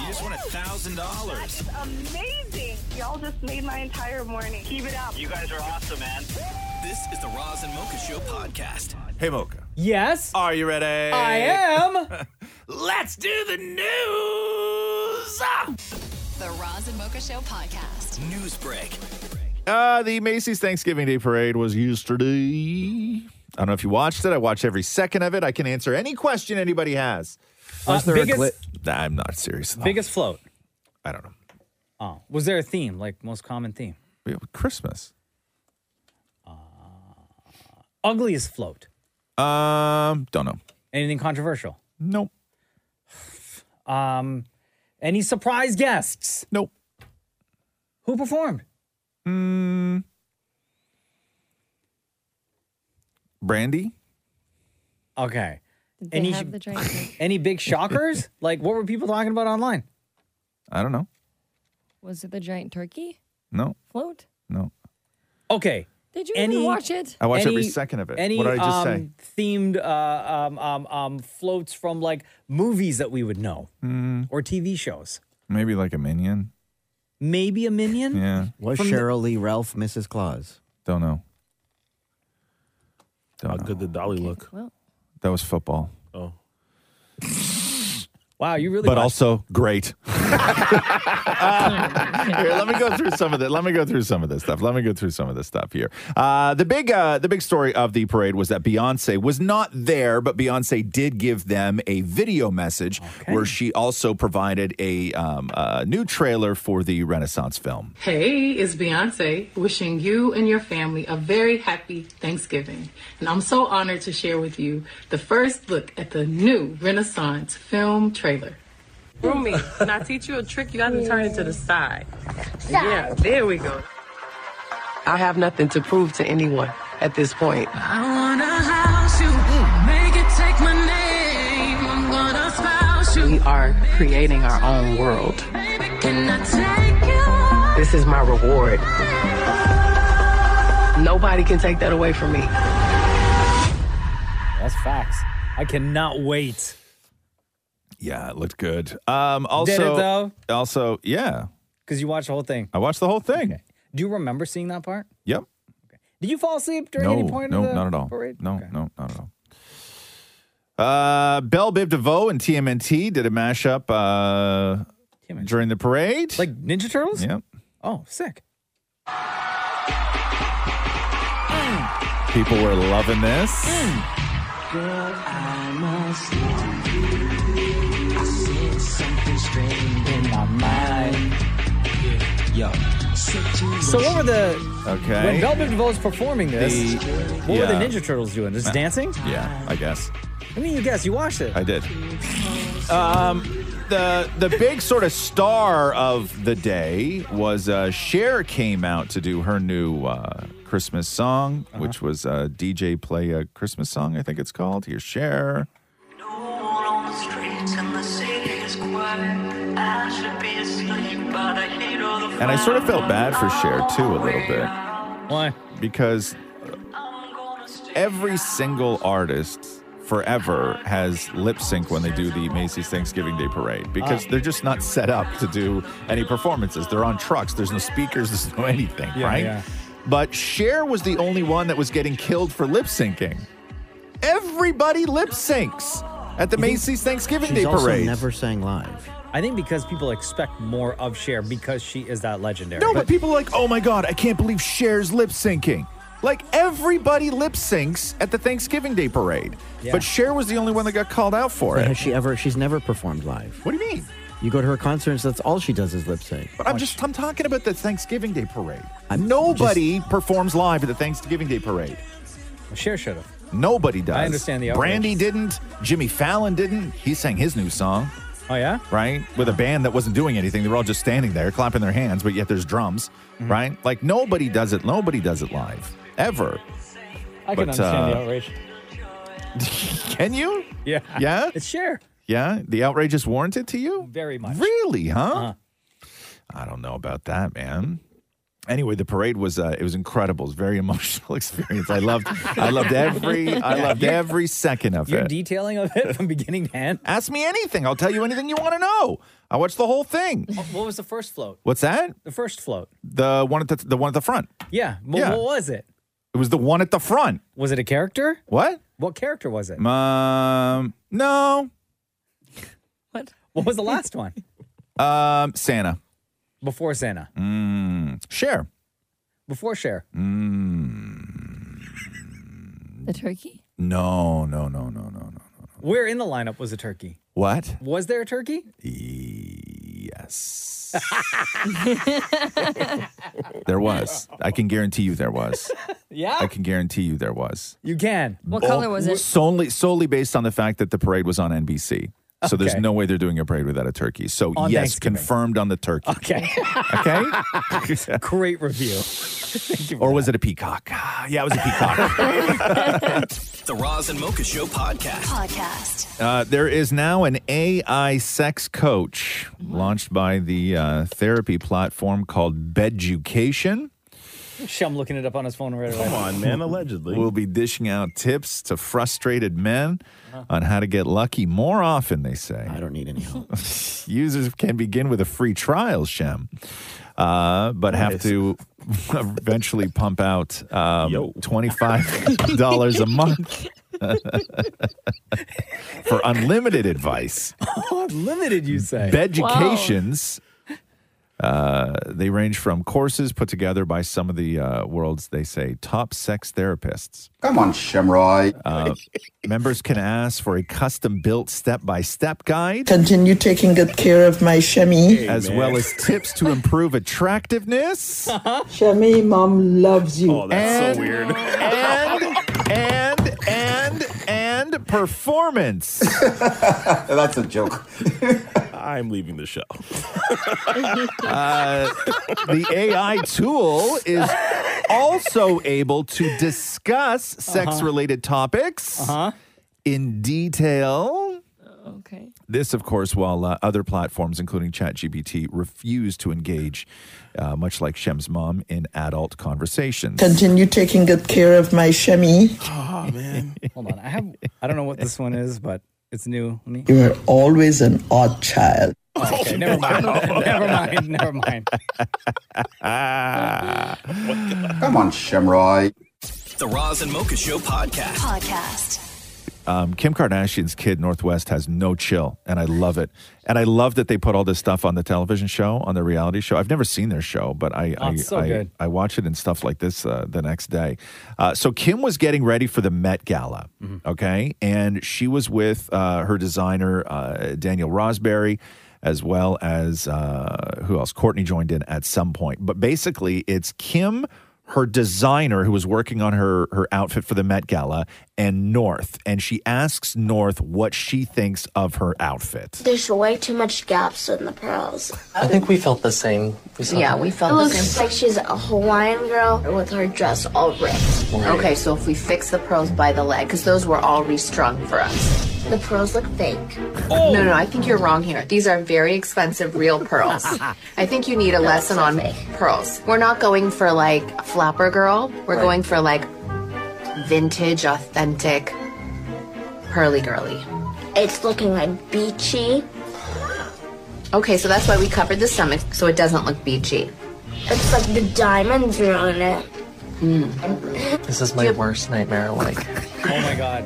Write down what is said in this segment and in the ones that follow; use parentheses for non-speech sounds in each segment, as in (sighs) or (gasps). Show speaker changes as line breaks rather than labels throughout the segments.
You just won a thousand dollars.
Amazing. Y'all just made my entire morning. Keep it up.
You guys are awesome, man. This is the Roz and Mocha Show podcast.
Hey, Mocha.
Yes,
Are you ready?
I am.
Let's do the news. Ah!
the Roz and Mocha Show podcast.
News break.
Uh, the Macy's Thanksgiving Day Parade was yesterday. I don't know if you watched it. I watched every second of it. I can answer any question anybody has.
Uh, biggest,
I'm not serious. at all.
biggest float.
I don't know.
Oh, was there a theme? Like most common theme? Uh,
Yeah, Christmas.
Ugliest float.
Um, don't know.
Anything controversial?
Nope.
Um, any surprise guests?
Nope.
Who performed?
Hmm. Brandy.
Okay.
Did they
Any-
have the drink?
Any
(laughs)
big shockers? like what were people talking about online?
I don't know.
Was it the giant turkey
No.
float?
No.
Okay.
Did you
Any-
even watch it?
I watched
Any-
every second of it.
Any
what did I just say?
um, themed uh, um, um, um, floats from like movies that we would know or TV shows?
Hmm, Maybe like a minion.
Maybe a minion.
Yeah.
Was Cheryl Lee Ralph Mrs. Claus?
Don't know. Don't
How
know.
good did Dolly look?
Well,
That was football, (laughs)
Oh,
Wow, you really.
but
watched-
also (laughs) great. here, let me go through some of this. Let me go through some of this stuff. Let me go through some of this stuff here. Uh, the big, uh, the big story of the parade was that Beyonce was not there, but Beyonce did give them a video message where she also provided a um, uh, new trailer for the Renaissance film.
Hey, it's Beyonce wishing you and your family a very happy Thanksgiving. And I'm so honored to share with you the first look at the new Renaissance film trailer. Rumi, can I teach you a trick? You got to turn it to the side. Yeah, there we go. I have nothing to prove to anyone at this point. I want to house you. Make it take my name. I'm going to spouse you. We are creating our own world. Can I take you this is my reward. Nobody can take that away from me.
That's facts. I cannot wait.
Yeah, it looked good. Um, also,
though?
also, yeah,
Because you watched the whole thing.
I watched the whole thing.
Do you remember seeing that part?
Yep.
Did you fall asleep during
no,
any point
no,
of the
not at all.
parade?
No,
Okay.
no, not at all. Uh, Belle Biv DeVoe and TMNT did a mashup uh,
TMNT.
during the parade.
Like Ninja Turtles?
yep.
Oh, sick.
People were loving this.
Mm. So what were the when
Okay.
Velvet DeVoe's performing this?
The-
what were the
yeah. Uh,
Ninja Turtles doing? Just dancing?
yeah, I guess
I mean, you guess you watched it.
I did. um, the the big sort of star of the day was uh, Cher came out to do her new uh, Christmas song,
Uh-huh.
which was uh, DJ play a Christmas song. I think it's called. Here's Cher.
on the streets and the city is quiet. I should be asleep, but I hear all the
And I sort of felt bad for Cher too a little bit
Why?
because every single artist forever has lip sync when they do the Macy's Thanksgiving Day Parade
Ah.
because they're just not set up to do any performances. They're on trucks, there's no speakers, (laughs) there's no anything, right?
yeah.
But Cher was the only one that was getting killed for lip syncing. Everybody lip syncs at the Macy's Thanksgiving
She's
Day
also
Parade.
never sang live.
I think because people expect more of Cher because she is that legendary.
No, but, people are like, oh my God, I can't believe Cher's lip syncing. Like everybody lip syncs at the Thanksgiving Day parade.
Yeah.
But Cher was the only one that got called out for
But has
it.
she ever? She's never performed live.
What do you mean?
You go to her concerts. That's all she does is lip sync.
But I'm just I'm talking about the Thanksgiving Day parade.
I'm
Nobody performs live at the Thanksgiving Day parade.
Cher should have.
Nobody does.
understand the outrage.
Brandy didn't. Jimmy Fallon didn't. He sang his new song.
Oh, yeah?
right? With a band that wasn't doing anything. They were all just standing there clapping their hands, but yet there's drums,
Mm-hmm.
right? Like nobody does it. Nobody does it live ever.
I
But,
can understand the
uh, (laughs)
outrage.
Can you?
Yeah.
Yeah?
It's share.
Yeah? The outrage is warranted to you?
Very much. Uh-huh.
Really, huh? I don't know about that, man. Anyway, the parade was uh, it was incredible. It was a very (laughs) emotional experience. I loved I loved every I loved every second of
Your
it.
detailing of
(laughs)
it from beginning to end.
Ask me anything. I'll tell you anything you want to know. I watched the whole thing.
Oh, What was the first float?
What's that?
The first float.
The one at the the one at the front.
Yeah. Well,
Yeah.
What was it?
It was the one at the front.
Was it a character?
What?
What character was it?
Um, no.
What was the last one
Um, Santa. Mm,
before Santa?
Share.
Before Cher?
mm.
The turkey?
No, no, no, no, no, no.
Where in the lineup was a turkey?
What?
Was there a turkey?
Yes. there was. I can guarantee you there was.
(laughs) Yeah.
I can guarantee you there was.
(laughs) you can.
What color was it?
Solely solely based on the fact that the parade was on NBC. So there's
Okay.
no way they're doing a parade without a turkey. So
On
yes,
Thanksgiving.
confirmed on the turkey.
Okay.
Okay?
Great review.
or was it a peacock? (sighs) Ah, Yeah, it was a peacock.
(laughs)
The Roz and Mocha Show podcast.
Podcast.
Uh, there is now an AI sex coach launched by the uh, therapy platform called Beducation.
Shum looking it up on his phone right away.
on, man.
(laughs)
Allegedly.
We'll be dishing out tips to frustrated men
Uh-huh.
on how to get lucky more often, they say.
I don't need any help.
(laughs) Users can begin with a free trial, Shem, uh, but have to (laughs) eventually pump out um,
Yo.
$25 a
(laughs)
month (laughs) for unlimited advice.
Unlimited,
(laughs)
you say?
Beducations. Uh, they range from courses put together by some of the uh, world's, they say, top sex therapists. Uh,
Come on, Shamroy.
Members can ask for a custom built step by step guide,
Continue taking good care of my Shami.
as well as tips to improve attractiveness.
(laughs)
Shami, mom loves you.
oh, (laughs)
And-
that's so weird.
and, and, and, and
(laughs)
performance. (laughs)
That's a joke.
I'm leaving the show.
The AI tool is also able to discuss
Uh-huh.
sex related topics in detail.
Okay.
This, of course, while uh, other platforms, including ChatGPT, refuse to engage, uh, much like Shem's mom, in adult conversations.
Continue taking good care of my Shami.
Oh
(laughs)
man.
Ah, Hold on. I have. I don't know what this one is, but it's new.
(laughs)
Let me.
You are always an odd child.
Oh,
Okay, never mind. (laughs) never mind. Never mind.
(laughs)
Come on, Shamroy.
The Roz and Mocha Show podcast.
Podcast.
Um, Kim Kardashian's kid, Northwest, has no chill, and I love it. And I love that they put all this stuff on the television show, on the reality show. I've never seen their show, but I
Oh,
I,
it's so
I,
good.
I watch it and stuff like this uh, the next day. Uh, so Kim was getting ready for the Met Gala, okay, and she was with uh, her designer uh, Daniel Rosberry, as well as uh, who else? Courtney joined in at some point, but basically it's Kim. Her designer, who was working on her her outfit for the Met Gala, and North, and she asks North what she thinks of her outfit.
There's way too much gaps in the pearls.
I think we felt the same.
Yeah, we felt it looks like she's a Hawaiian girl with her dress all ripped. Okay, so if we fix the pearls by the leg, because those were all restrung for us. The pearls look fake. No, no, I think you're wrong here. These are very expensive real pearls. I think you need a lesson on pearls. We're not going for like flapper girl. We're going for like vintage, authentic, pearly girly. It's looking like beachy. Okay, so that's why we covered the stomach so it doesn't look beachy. It's like the diamonds are on it.
This is my worst nightmare, like,
Oh my God.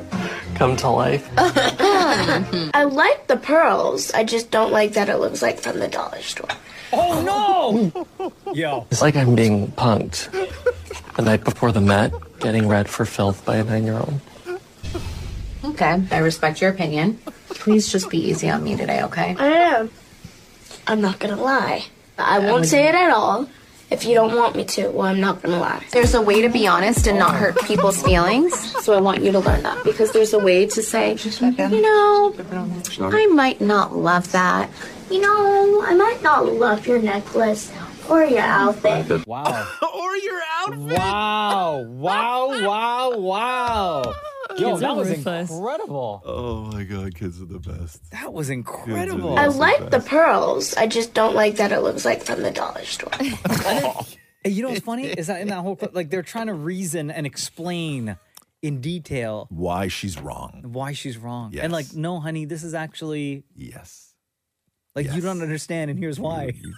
come to life.
(laughs) I like the pearls. I just don't like that it looks like from the dollar store.
(laughs) Oh no. Yo.
It's like I'm being punked the night before the Met, getting read for filth by a nine year old.
Okay, I respect your opinion. Please just be easy on me today, okay?
I don't know. I'm not gonna lie. I won't say it at all. if you don't want me to. Well, I'm not gonna lie. There's a way to be honest and not hurt people's feelings. So I want you to learn that because there's a way to say, you know, I might not love that. You know, I might not love your necklace or your outfit.
(laughs)
Wow.
or your outfit.
Wow. Wow. Wow. Wow. Yo,
Kids
that
are
was
ruthless.
incredible.
Oh my god, kids are the best.
That was incredible.
I like the pearls. I just don't like that it looks like from the dollar store.
Hey, you know what's funny is that in that whole clip, like they're trying to reason and explain in detail
why she's wrong,
why she's wrong, and like, no, honey, this is actually
yes,
like you don't understand, and here's why. You,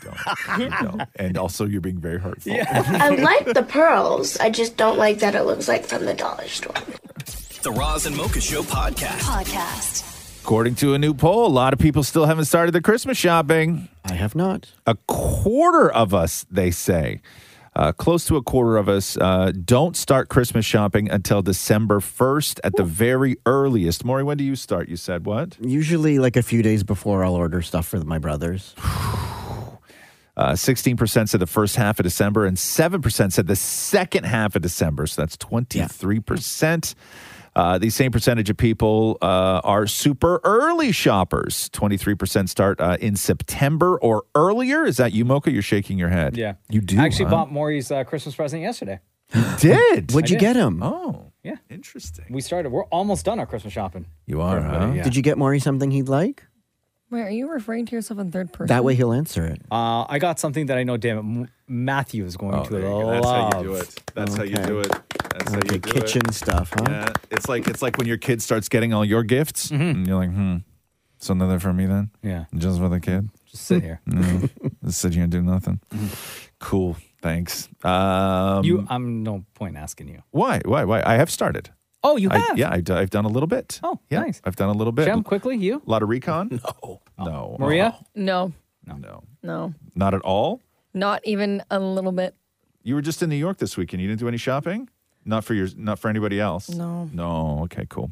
don't.
(laughs)
and also you're being very hurtful. (laughs)
I like the pearls. I just don't like that it looks like from the dollar store.
The Roz and Mocha Show podcast. Podcast.
According to a new poll, a lot of people still haven't started their Christmas shopping.
I have not.
A quarter of us, they say, uh, close to a quarter of us, uh, don't start Christmas shopping until December 1st at the very earliest. Maury, when do you start? You said what?
Usually, like a few days before, I'll order stuff for my brothers.
Uh, 16% said the first half of December, and 7% said the second half of December. So that's 23%. Uh, the same percentage of people uh, are super early shoppers. 23% start uh, in September or earlier. Is that you, Mocha? You're shaking your head.
Yeah.
You do.
I actually
huh?
bought Maury's uh, Christmas present yesterday.
You (laughs) did.
What'd
I
you
did.
get him?
Oh,
yeah.
Interesting.
We started. We're almost done our Christmas shopping. uh,
You are, huh?
Did you get Maury something he'd like?
Wait, are you referring to yourself in third person?
That way he'll answer it.
Uh, I got something that I know, damn it, M- Matthew is
Oh,
going to love.
Okay.
That's
Okay, kitchen stuff, huh?
Yeah, it's like it's like when your kid starts getting all your gifts, and you're like, hmm, so nothing for me then.
Mm-hmm. Yeah,
just for the kid.
Just sit
(laughs)
here. Mm-hmm.
Mm, just sit here and do nothing. Cool, thanks. Um,
you, I'm no point asking you.
why, why, why? I have started.
Oh, you
I-
have?
yeah, I, have done a little bit.
Oh,
yeah,
nice.
I've done a little bit.
Shem, quickly, you?
A
Oh.
lot of recon. No, no,
Maria?
No,
no, no,
no,
not at all.
not even a little bit.
You were just in New York this weekend. You didn't do any shopping? Not for your not for anybody else.
No.
No, okay, cool.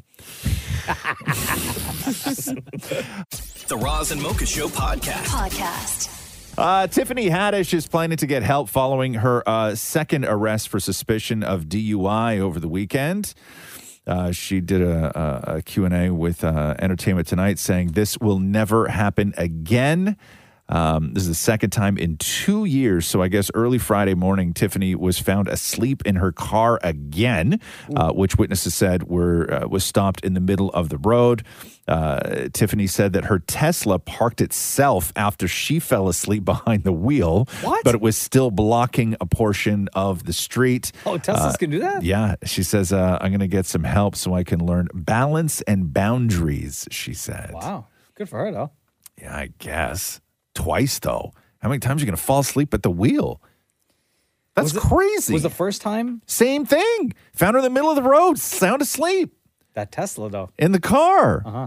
(laughs) The Roz and Mocha Show podcast.
Podcast.
Uh, Tiffany Haddish is planning to get help following her uh, second arrest for suspicion of DUI over the weekend. Uh, she did a, a, a Q&A with uh, Entertainment Tonight saying this will never happen again. Um, this is the second time in two years. So I guess early Friday morning, Tiffany was found asleep in her car again, uh, which witnesses said were uh, was stopped in the middle of the road. Uh, Tiffany said that her Tesla parked itself after she fell asleep behind the wheel, but it was still blocking a portion of the street. Uh,
Oh, Teslas can do that?
Yeah, she says uh, I'm going to get some help so I can learn balance and boundaries. She said.
Wow, good for her though.
Yeah, I guess. Twice though. How many times are you gonna fall asleep at the wheel? That's crazy.
Was the first time
Same thing. Found her in the middle of the road, sound asleep
that Tesla though?
in the car.
Uh huh.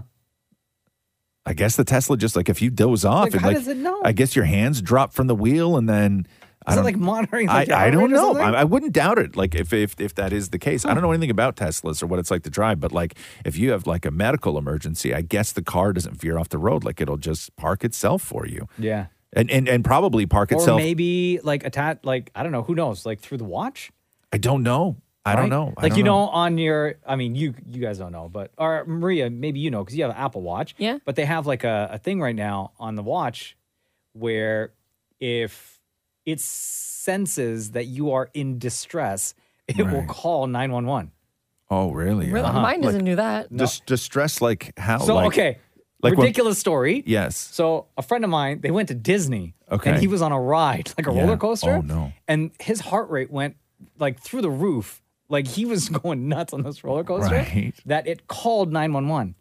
I guess the Tesla just like if you doze off
Like,
and
how
like
does it know?
I guess your hands drop from the wheel and then I
Is it
don't
like monitoring?
I,
Like your
I
heart
don't
rate or
know.
something?
I, I wouldn't doubt it. Like if, if if that is the case, I don't know anything about Teslas or what it's like to drive. But like if you have like a medical emergency, I guess the car doesn't veer off the road. Like it'll just park itself for you.
yeah.
and and, and probably park
Or
itself.
maybe like attach, like I don't know, who knows? Like through the watch.
I don't know. I don't
right?
know. I
Like
don't
you
know.
know, on your, I mean, you you guys don't know, but or Maria, maybe you know because you have an Apple Watch.
Yeah.
But they have like a, a thing right now on the watch where if it senses that you are in distress, it will
Right.
call nine one one.
Oh, really?
Really,
Uh-huh.
mine doesn't do that.
Like, dis- distress like how?
So
like,
okay,
like when-
ridiculous story.
Yes.
So a friend of mine, they went to Disney.
Okay.
And he was on a ride, like a
Yeah.
roller coaster.
Oh, no.
And his heart rate went like through the roof. Like he was (laughs) going nuts on this roller coaster
Right.
that it called 911.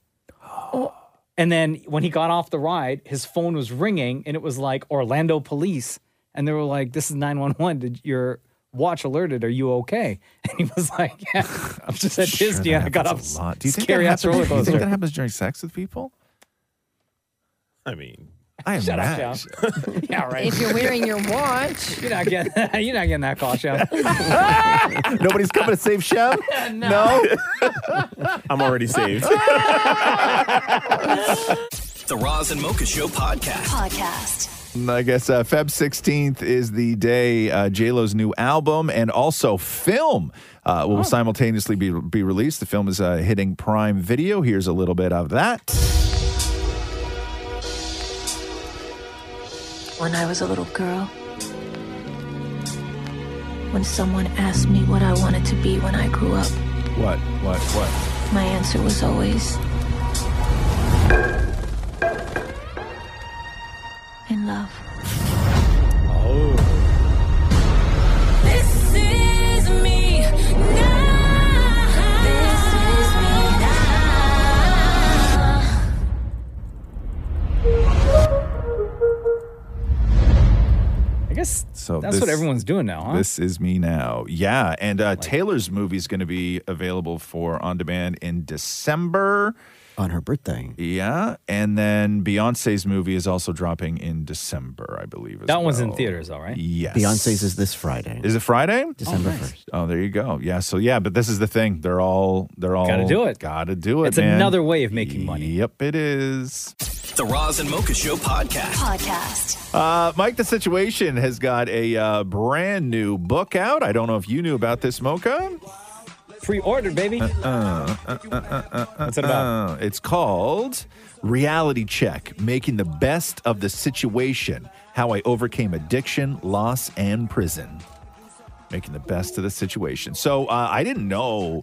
Oh.
And then when he got off the ride, his phone was ringing and it was like Orlando police. And they were like, this is 911. Did your watch alerted? Are you okay? (laughs) And he was like, (laughs) yeah, I'm just at
Sure,
Disney.
that
and I got off
happens a lot. Do you think
scary
that
ass roller
happens- Do you
coaster.
think that happens during sex with people?
I mean,
I am
Shut up,
not.
Sean. (laughs) yeah, right.
If you're wearing your watch,
(laughs) You're not getting you're not getting that call,
(laughs)
Sean.
Nobody's coming to save Shem. no.
(laughs) I'm already saved.
The Roz and Mocha Show podcast.
Podcast.
(laughs) I guess uh, Feb 16th is the day uh, JLo's new album and also film uh, will simultaneously be, be released. The film is uh, hitting Prime Video. Here's a little bit of that.
When I was a little girl, when someone asked me what I wanted to be when I grew up,
What? What? What?
my answer was always in love.
Oh.
This is me
I guess
So
that's
this-
what everyone's doing now, huh?
This is me now. Yeah. And uh, Taylor's movie is going to be available for on demand in December.
On her birthday.
Yeah. And then Beyonce's movie is also dropping in December, I believe. As
that one's in
well.
theaters, all right?
Yes.
Beyonce's is this Friday.
Is it Friday?
December
oh, 1st. Oh, there you go. Yeah. So, yeah, but this is the thing. They're all, they're all,
Gotta do it.
Gotta do it.
It's
man.
another way of making money.
Yep, it is.
The Roz and Mocha Show podcast.
Podcast.
Uh, Mike, the situation has got a uh, brand new book out. I don't know if you knew about this, Mocha.
Pre-ordered, baby.
Uh, uh, uh, uh, uh, What's
it about?
it's called Reality Check: Making the Best of the Situation: How I Overcame Addiction, Loss, and Prison. Making the best of the situation. So uh, I didn't know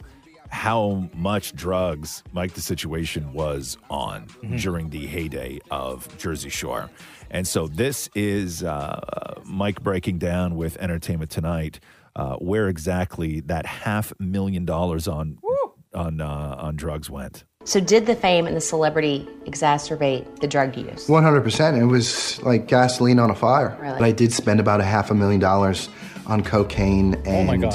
how much drugs Mike the Situation was on during the heyday of Jersey Shore. And so this is uh, Mike breaking down with Entertainment Tonight uh, where exactly that half million dollars on on uh, on drugs went.
So, did the fame and the celebrity exacerbate the drug use?
100%. It was like gasoline on a fire.
Really?
But I did spend about a half a million dollars on cocaine and
Oh my God.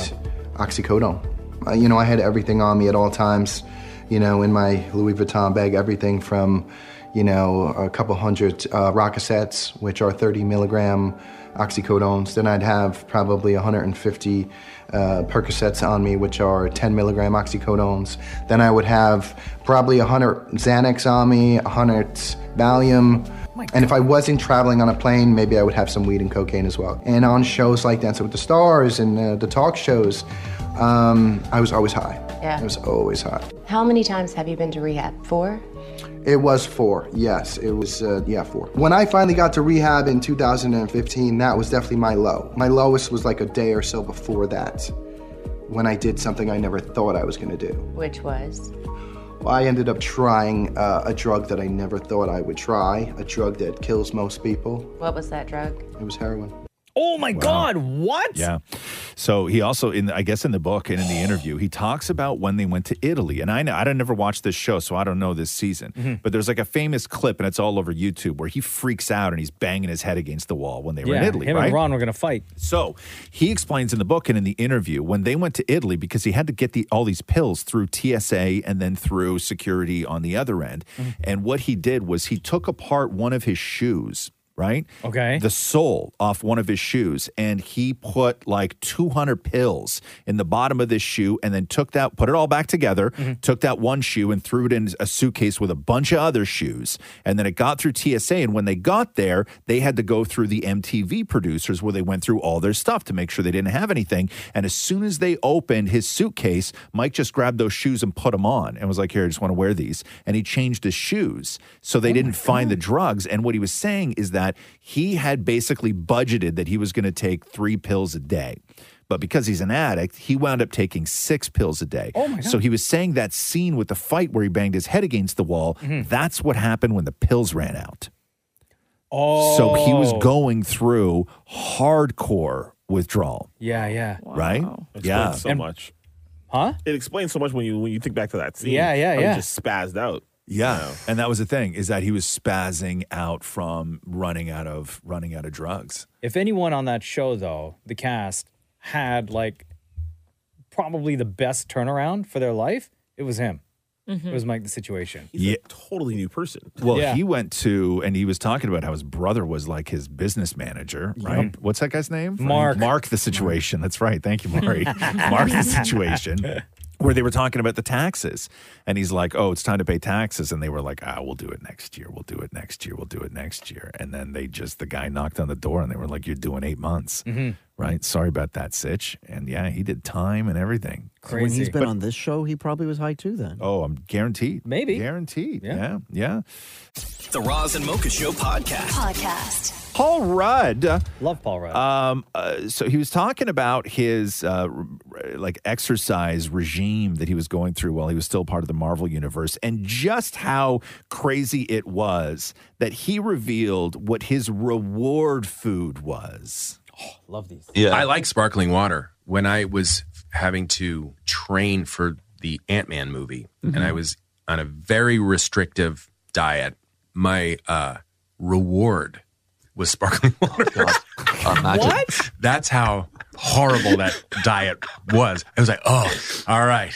oxycodone. Uh, you know, I had everything on me at all times, you know, in my Louis Vuitton bag, everything from, you know, a couple hundred uh, Rocasets, which are 30 milligram oxycodones. Then I'd have probably 150 uh, Percocets on me, which are 10 milligram oxycodones. Then I would have probably 100 Xanax on me, 100 Valium. And if I wasn't traveling on a plane, maybe I would have some weed and cocaine as well. And on shows like Dancing with the Stars and uh, the talk shows, um, I was always high.
Yeah.
I was always high.
How many times have you been to rehab? Four?
It was four. Yes, it was. Uh, yeah, four. When I finally got to rehab in 2015, that was definitely my low. My lowest was like a day or so before that, when I did something I never thought I was going to do.
Which was?
I ended up trying uh, a drug that I never thought I would try, a drug that kills most people.
What was that drug?
It was heroin.
Oh my God! What?
Yeah. So he also in I guess in the book and in the interview he talks about when they went to Italy and I know I don't never watched this show so I don't know this season
Mm-hmm.
but there's like a famous clip and it's all over YouTube where he freaks out and he's banging his head against the wall when they were in
Yeah,
Italy
him and
right
Ron were gonna fight
so he explains in the book and in the interview when they went to Italy because he had to get the all these pills through TSA and then through security on the other end.
Mm-hmm.
And what he did was he took apart one of his shoes, right? Okay. The sole off one of his shoes and he put like 200 pills in the bottom of this shoe and then took that put it all back together, took that one shoe and threw it in a suitcase with a bunch of other shoes. And then it got through TSA and when they got there, they had to go through the MTV producers where they went through all their stuff to make sure they didn't have anything. And as soon as they opened his suitcase, Mike just grabbed those shoes and put them on and was like, Here, I just want to wear these. And he changed his shoes so they didn't find the drugs. And what he was saying is that he had basically budgeted that he was going to take three pills a day. But because he's an addict, he wound up taking six pills a day. Oh my God. So he was saying that scene with the fight where he banged his head against the wall, that's what happened when the pills ran out.
Oh.
So he was going through hardcore withdrawal,
Yeah, yeah.
right?
Explains
Yeah.
so much.
Huh?
It explains so much when you when you think back to that scene.
Yeah, yeah,
How he
yeah.
Just spazzed out.
Yeah. And that was the thing is that he was spazzing out from running out of running out of drugs.
If anyone on that show, though, the cast had like probably the best turnaround for their life, it was him. It was Mike the Situation.
yeah.
Totally new person.
Well,
Yeah.
he went to, and he was talking about how his brother was like his business manager, right?
Yep.
What's that guy's name?
Mark. (laughs)
Mark the situation. That's right. Thank you, Maury. Mark the situation. where they were talking about the taxes. And he's like, oh, it's time to pay taxes. And they were like, ah, we'll do it next year. We'll do it next year. We'll do it next year. And then they just, the guy knocked on the door and they were like, you're doing eight months.
Mm-hmm.
Mhm.
Right. Sorry about that, Sitch. And yeah, he did time and everything.
So when he's been
But-
on this show, he probably was high too then.
Oh, I'm guaranteed. Maybe. Guaranteed. Yeah. Yeah.
The Roz and Mocha Show podcast.
Podcast.
Paul Rudd.
Love Paul Rudd.
Um, uh, so he was talking about his uh, r- like exercise regime that he was going through while he was still part of the Marvel universe, and just how crazy it was that he revealed what his reward food was.
Oh, Love these.
I like sparkling water. When I was having to train for the Ant Man movie,
Mm-hmm.
and I was on a very restrictive diet, my uh, reward was sparkling (laughs) water.
What?
That's how horrible that diet was. I was like, oh, all right,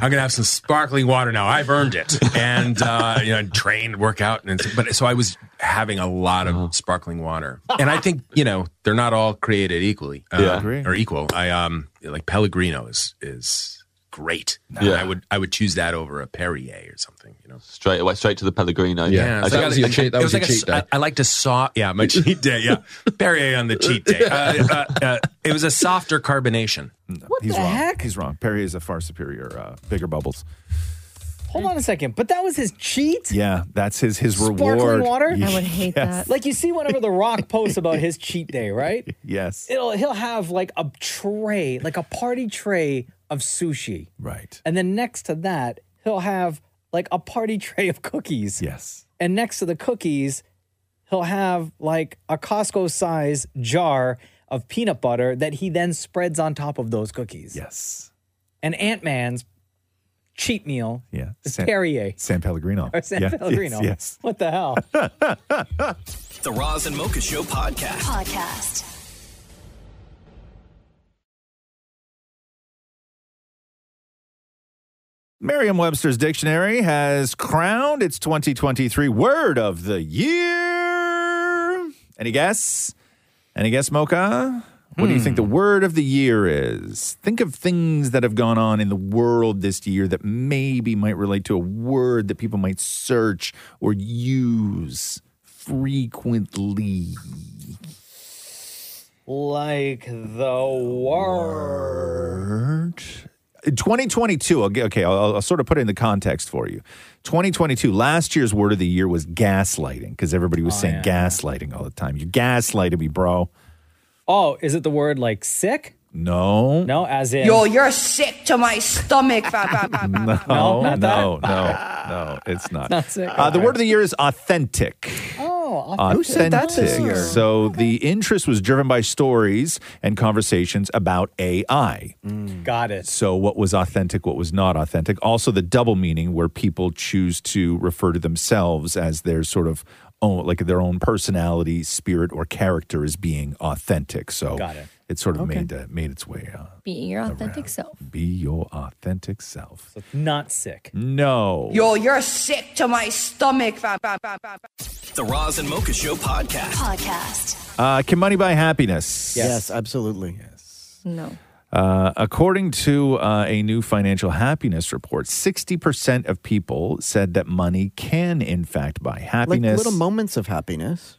I'm gonna have some sparkling water now. I've earned it, and uh, you know, train, work out, and it's- but so I was having a lot
Uh-huh.
of sparkling water, and I think you know they're not all created equally, uh,
Yeah. Agree.
or equal. I um like Pellegrino is is great.
Yeah.
I would I would choose that over a Perrier or something. You know,
Straight away, straight to the Pellegrino. I
so I
got-
got-
that was your
I-
cheat. That
it
was,
like
your
a
cheat
s-
day.
I- I like to soft. Yeah, (laughs) my cheat day. Yeah, Perrier on the cheat (laughs) day. Uh, uh, uh, it was a softer carbonation.
What He's wrong. He's wrong. Perry is a far superior, uh, bigger bubbles.
Hold on a second. But that was his cheat?
Yeah, that's his his
Sparkling
reward.
water?
Yeah. (laughs)
that. Like you see whenever The Rock posts about his cheat day, right?
(laughs) Yes.
It'll he'll have like a tray, like a party tray of sushi.
Right.
And then next to that, he'll have like a party tray of cookies.
Yes.
And next to the cookies, he'll have like a Costco size jar of peanut butter that he then spreads on top of those cookies.
Yes.
And Ant Man's cheat meal
Yeah.
is Perrier
San Pellegrino.
or San
Yeah, yes,
Pellegrino.
yes.
What the hell?
(laughs)
The Roz and Mocha Show podcast.
Podcast.
Merriam Webster's dictionary has crowned its 2023 word of the year. Any guess? Any guess, Mocha? What do you
Hmm.
think the word of the year is? Think of things that have gone on in the world this year that maybe might relate to a word that people might search or use frequently.
Like the word.
2022, I'll get- okay, I'll, I'll sort of put it in the context for you. 2022, last year's word of the year was gaslighting because everybody was saying gaslighting all the time. You gaslighted me, bro.
Oh, is it the word like sick?
No.
No, as in.
Yo, you're sick to my stomach. Bah, bah, bah, bah.
(laughs) No,
No, not
no, no, no, it's not.
(laughs) Not sick.
Uh, the word of the year is authentic.
Oh,
authentic. So the interest was driven by stories and conversations about AI.
Got it.
So what was authentic, what was not authentic. Also the double meaning where people choose to refer to themselves as their sort of own like their own personality, spirit or character as being authentic. So
Got it.
sort of
Okay.
made uh, made its way uh,
Being your authentic self.
be your authentic self.
Not sick.
No.
Yo, you're sick to my stomach. Bah, bah, bah, bah, bah.
The Roz and Mocha Show podcast.
Podcast.
Uh, can money buy happiness?
Yes, absolutely.
No.
Uh, according to uh, a new financial happiness report, 60% of people said that money can, in fact, buy happiness.
Like little moments of happiness.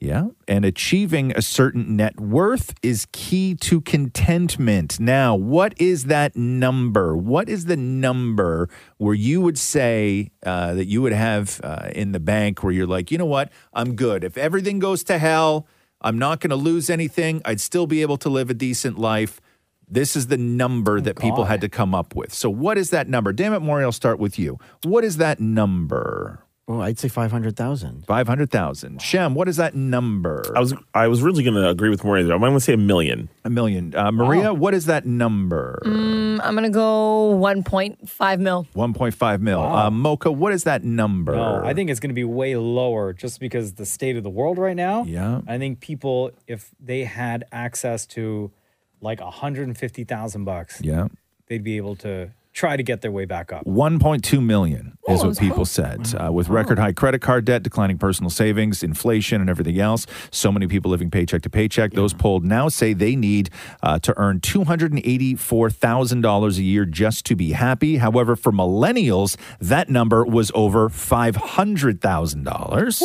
yeah. And achieving a certain net worth is key to contentment. Now, what is that number? What is the number where you would say uh, that you would have uh, in the bank where you're like, you know what? I'm good. If everything goes to hell, I'm not going to lose anything. I'd still be able to live a decent life. This is the
Oh,
number that people had to come up with. So, what is that number? Damn it, Maury, I'll start with you. What is that number?
Oh, I'd say 500,000.
500,000. Shem, what is that number?
I was I was originally going to agree with Maria. there. I might want to say a million.
A million. Uh, Maria, what is that number?
Mm, I'm going to go 1.5 mil.
1.5 mil. Uh, Mocha, what is that number?
No, I think it's going to be way lower just because the state of the world right now.
Yeah.
I think people, if they had access to like 150,000 bucks,
Yeah.
they'd be able to try to get their way back up.
1.2 million
Oh,
is what
that's
people
cool.
said. Uh, with record high credit card debt, declining personal savings, inflation, and everything else, so many people living paycheck to paycheck. Those polled now say they need uh, to earn $284,000 a year just to be happy. However, for millennials, that number was over $500,000.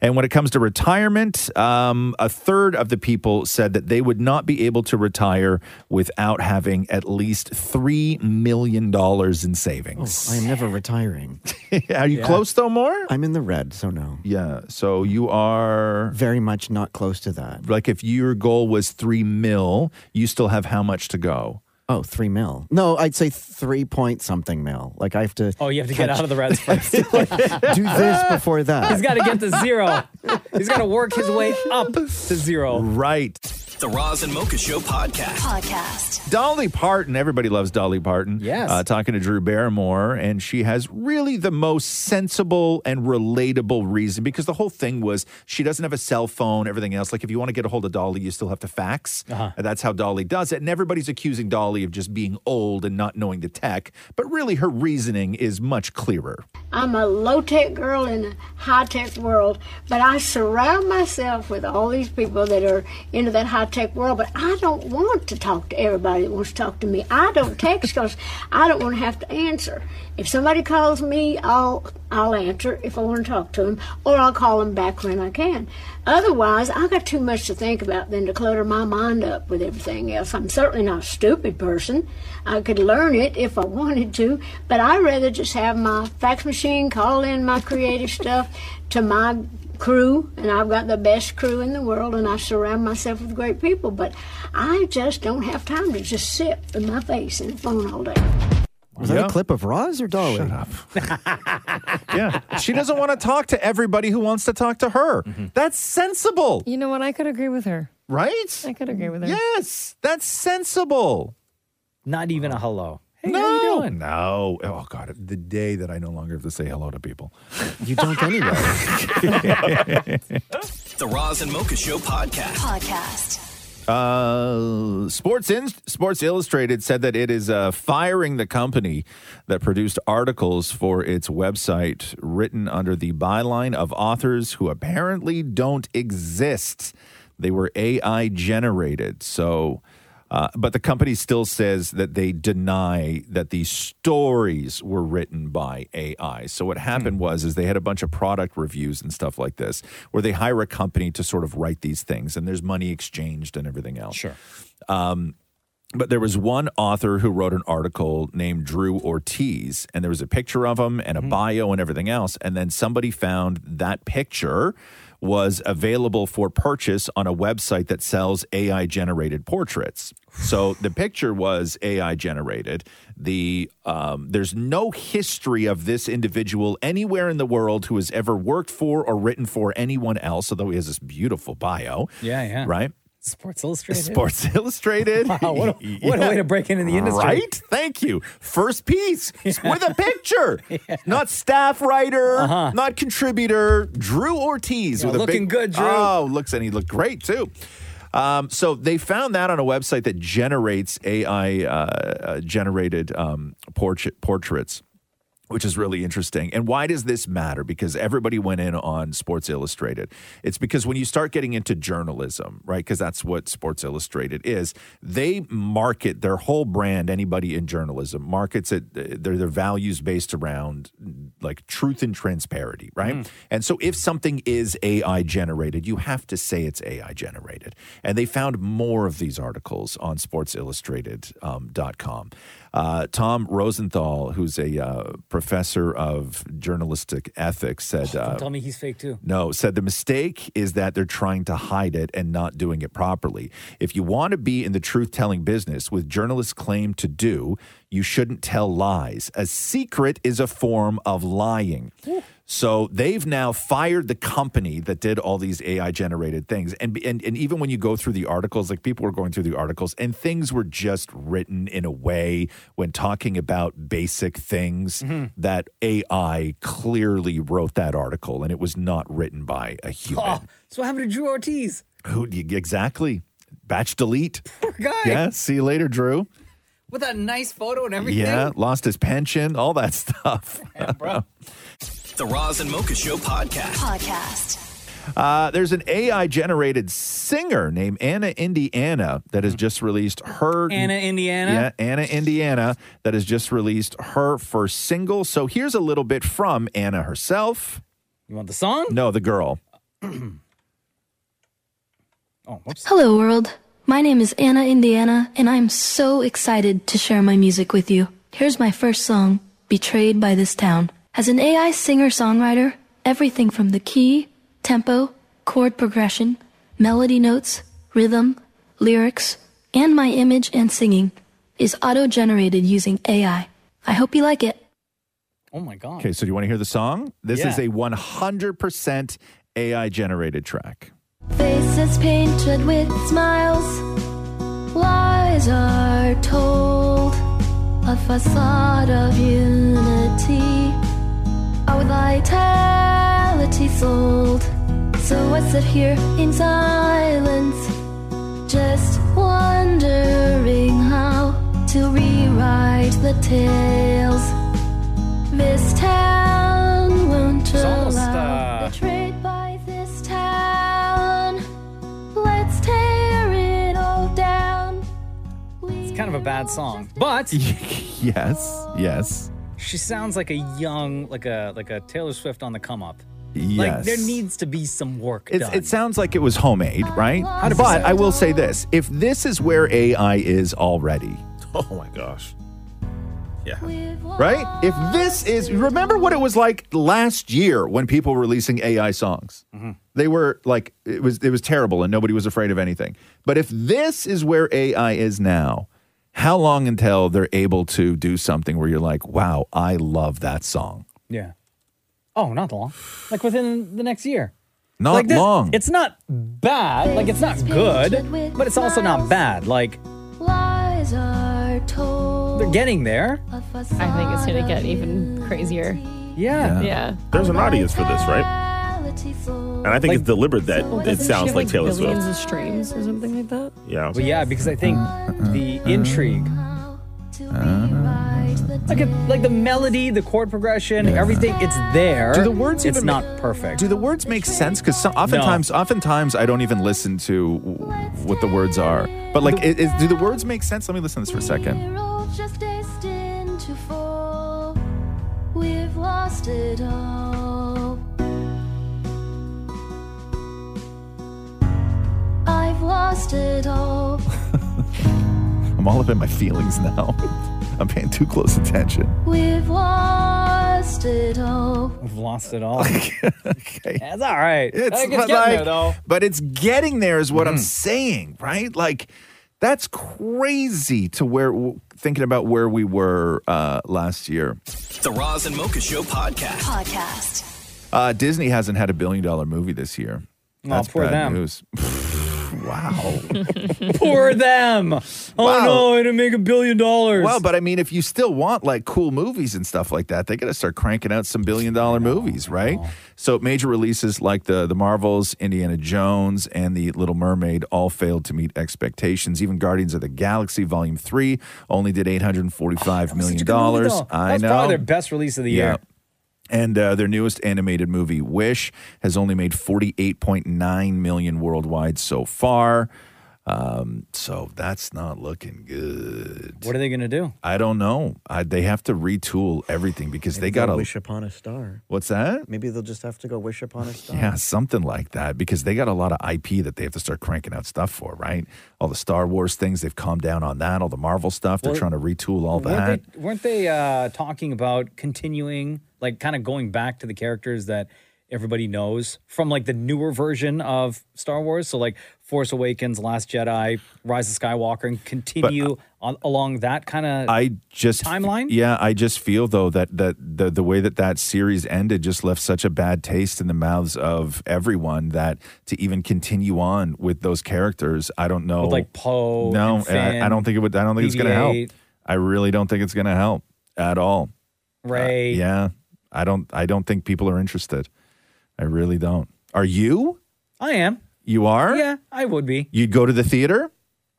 And when it comes to retirement, um, a third of the people said that they would not be able to retire without having at least $3 million in savings.
Oh, I am never retiring.
(laughs) Are you close though, more?
I'm in the red, so no.
Yeah. So you are
very much not close to that.
Like if your goal was three mil, you still have how much to go?
Oh, three mil. No, I'd say three point something mil. Like I have to.
Oh, you have to get
catch-
out of the
(laughs)
Ah! Reds first.
Do (laughs) this
(laughs)
before that.
He's got to get to zero. He's got to work his way
(laughs)
up to zero.
Right.
The Roz and Mocha Show podcast.
Podcast.
Dolly Parton, everybody loves Dolly Parton.
Yes.
Uh, talking to Drew Barrymore, and she has really the most sensible and relatable reason because the whole thing was she doesn't have a cell phone, everything else. Like, if you want to get a hold of Dolly, you still have to fax.
Uh-huh.
And that's how Dolly does it. And everybody's accusing Dolly of just being old and not knowing the tech. But really, her reasoning is much clearer.
I'm a low tech girl in a high tech world, but I surround myself with all these people that are into that high tech world. But I don't want to talk to everybody that wants to talk to me. I don't text because I don't want to have to answer. If somebody calls me, I'll I'll answer if I want to talk to them, or I'll call them back when I can. Otherwise, I got too much to think about than to clutter my mind up with everything else. I'm certainly not a stupid person. I could learn it if I wanted to, but I'd rather just have my fax machine call in my creative stuff to my crew, and I've got the best crew in the world, and I surround myself with great people, but I just don't have time to just sit with my face in the phone all day.
Was that a clip of Roz or Dolly? Shut (laughs)
up. yeah. She doesn't want to talk to everybody who wants to talk to her.
Mm-hmm.
That's sensible,
You know what? I could agree with her.
right?
I could agree with her.
Yes, that's sensible.
Not even a hello. Hey,
no,
how you doing?
no. Oh God, the day that I no longer have to say hello to people.
You don't anyway.
(laughs)
(laughs)
(laughs)
The Roz and Mocha Show podcast.
Podcast.
Uh, Sports in- Sports Illustrated said that it is uh, firing the company that produced articles for its website written under the byline of authors who apparently don't exist. They were AI generated. So, uh, but the company still says that they deny that these stories were written by AI. So what happened was is they had a bunch of product reviews and stuff like this, where they hire a company to sort of write these things, and there's money exchanged and everything else. Sure. Um, but there was one author who wrote an article named Drew Ortiz, and there was a picture of him and a bio and everything else. And then somebody found that picture was available for purchase on a website that sells AI generated portraits. So the picture was AI generated. The um, there's no history of this individual anywhere in the world who has ever worked for or written for anyone else, although he has this beautiful bio.
Yeah, yeah.
Right.
Sports
(laughs)
Illustrated.
Sports Illustrated.
Wow, what
(laughs)
a, what a way to break into the industry.
Right? Thank you. First
(laughs)
piece with a picture. Not staff writer, not contributor. Drew Ortiz
Uh-huh. Yeah,
with a
looking
big,
good, Drew.
Oh, looks and he looked great too. Um, so they found that on a website that generates AI uh, uh, generated um, portrait, portraits which is really interesting. And why does this matter? Because everybody went in on Sports Illustrated. It's because when you start getting into journalism, right? Because that's what Sports Illustrated is. They market their whole brand. Anybody in journalism markets it. uh, Their their values based around like truth and transparency, right?
Mm.
And so if something is AI generated, you have to say it's AI generated. And they found more of these articles on sportsillustrated.com. Uh, Tom Rosenthal, who's a uh, professor of journalistic ethics, said,
Oh, Don't
uh,
tell me he's fake too.
no, said the mistake is that they're trying to hide it and not doing it properly. If you want to be in the truth telling business, with journalists claim to do, you shouldn't tell lies. A secret is a form of lying. So they've now fired the company that did all these AI generated things. And, and and even when you go through the articles, like people were going through the articles and things were just written in a way when talking about basic things that AI clearly wrote that article and it was not written by a human.
Oh, so what happened to Drew Ortiz? (laughs)
Who exactly? Batch delete.
Poor guy.
Yeah, see you later, Drew.
with a nice photo and everything.
Yeah, lost his pension, all that (laughs) stuff.
The Roz and Mocha Show podcast.
Podcast.
(laughs) Uh, there's an AI generated singer named Anna Indiana that has just released her
Anna Indiana?
Yeah, Anna Indiana that has just released her first single. So here's a little bit from Anna herself.
You want the song?
No, the girl.
Hello, world. My name is Anna Indiana, and I'm so excited to share my music with you. Here's my first song, Betrayed by This Town. As an AI singer songwriter, everything from the key, tempo, chord progression, melody notes, rhythm, lyrics, and my image and singing is auto generated using AI. I hope you like it.
Oh my god.
Okay, so do you want to hear the song? This is
Yeah.
a 100% AI generated track.
Faces painted with smiles, lies are told. A facade of unity, our vitality sold. So I sit here in silence, just wondering how to rewrite the tales. This town won't
It's almost,
allow
uh,
betrayed by this town. Let's tear it all down.
It's kind of a bad song,
(laughs)
but
yes, yes,
she sounds like a young, like a like a Taylor Swift on the come up. Like
Yes.
there needs to be some work
It's,
done.
it sounds like it was homemade, right? But I will say this if this is where AI is already,
Oh my gosh. Yeah.
(laughs) right? If this is, remember what it was like last year when people were releasing AI songs.
Mm-hmm.
They were like, it was it was terrible, and nobody was afraid of anything. But if this is where AI is now, how long until they're able to do something where you're like, wow, I love that song?
yeah. Oh, not long. Like within the next year.
Not
Like, this-
long.
It's not bad. Like it's not good, but it's also not bad. Like
Lies are told.
they're getting there.
I think
it's gonna get even crazier.
Yeah.
Yeah.
There's an audience for this, right? And I think it's deliberate that it sounds like Taylor
billions
Swift.
of streams or something like that.
Yeah.
But yeah, because I think
Uh-uh.
the
Uh-huh.
intrigue, like a, like the melody, the chord progression, everything, it's there.
Do the words
It's
even
not
ma-
perfect.
Do the words make sense? Because oftentimes, oftentimes I don't even listen to w- what the words are. But like, i- is- do the words make sense? Let me listen to this for a second.
just destined to fall. We've lost it all. I've lost it all.
I'm all up in my feelings (laughs) now. I'm paying too close attention.
We've lost it all.
We've lost it all.
(laughs) okay.
That's all right.
It's,
Like,
but
it's getting there,
like-
though.
but it's getting there is what I'm saying, right? Like, that's crazy to where w- thinking about where we were uh, last year.
The Roz and Mocha Show podcast.
Podcast.
Uh, Disney hasn't had a billion dollar movie this year.
Oh,
That's
poor
bad
them.
news. (laughs) wow.
(laughs) Poor them. Oh no, I didn't make a billion dollars.
Well, but I mean, if you still want like cool movies and stuff like that, they got to start cranking out some billion dollar movies, right? So major releases like the the Marvels, Indiana Jones, and the Little Mermaid all failed to meet expectations. Even Guardians of the Galaxy Volume Three only did eight hundred
Oh,
forty-five million dollars. I
That's
know
probably their best release of the year.
And uh, their newest animated movie, Wish, has only made 48.9 million worldwide so far. Um, so that's not looking good.
What are they going to do?
I don't know. I, they have to retool everything because they got
to
to.
wish upon a star.
What's that?
Maybe they'll just have to go wish upon a star.
Yeah, something like that because they got a lot of IP that they have to start cranking out stuff for, right? All the Star Wars things, they've calmed down on that. All the Marvel stuff, they're
Well,
trying to retool all that.
Weren't they, weren't they uh, talking about continuing, like kind of going back to the characters that everybody knows from like the newer version of Star Wars? So, like Force Awakens, Last Jedi, Rise of Skywalker, and continue on, along that kind of.
I just
Uh, timeline?
Yeah, I just feel though that that the the way that that series ended just left such a bad taste in the mouths of everyone that to even continue on with those characters, I don't know.
With, like, Poe
no,
and
and I, I don't
Finn,
think it would. I don't think it's going to help.
BB-8.
I really don't think it's going to help at all. Uh,
Ray.
Yeah, I don't. I don't think people are interested. I really don't. Are you?
I am.
You are?
Yeah, I would be.
You'd go to the theater?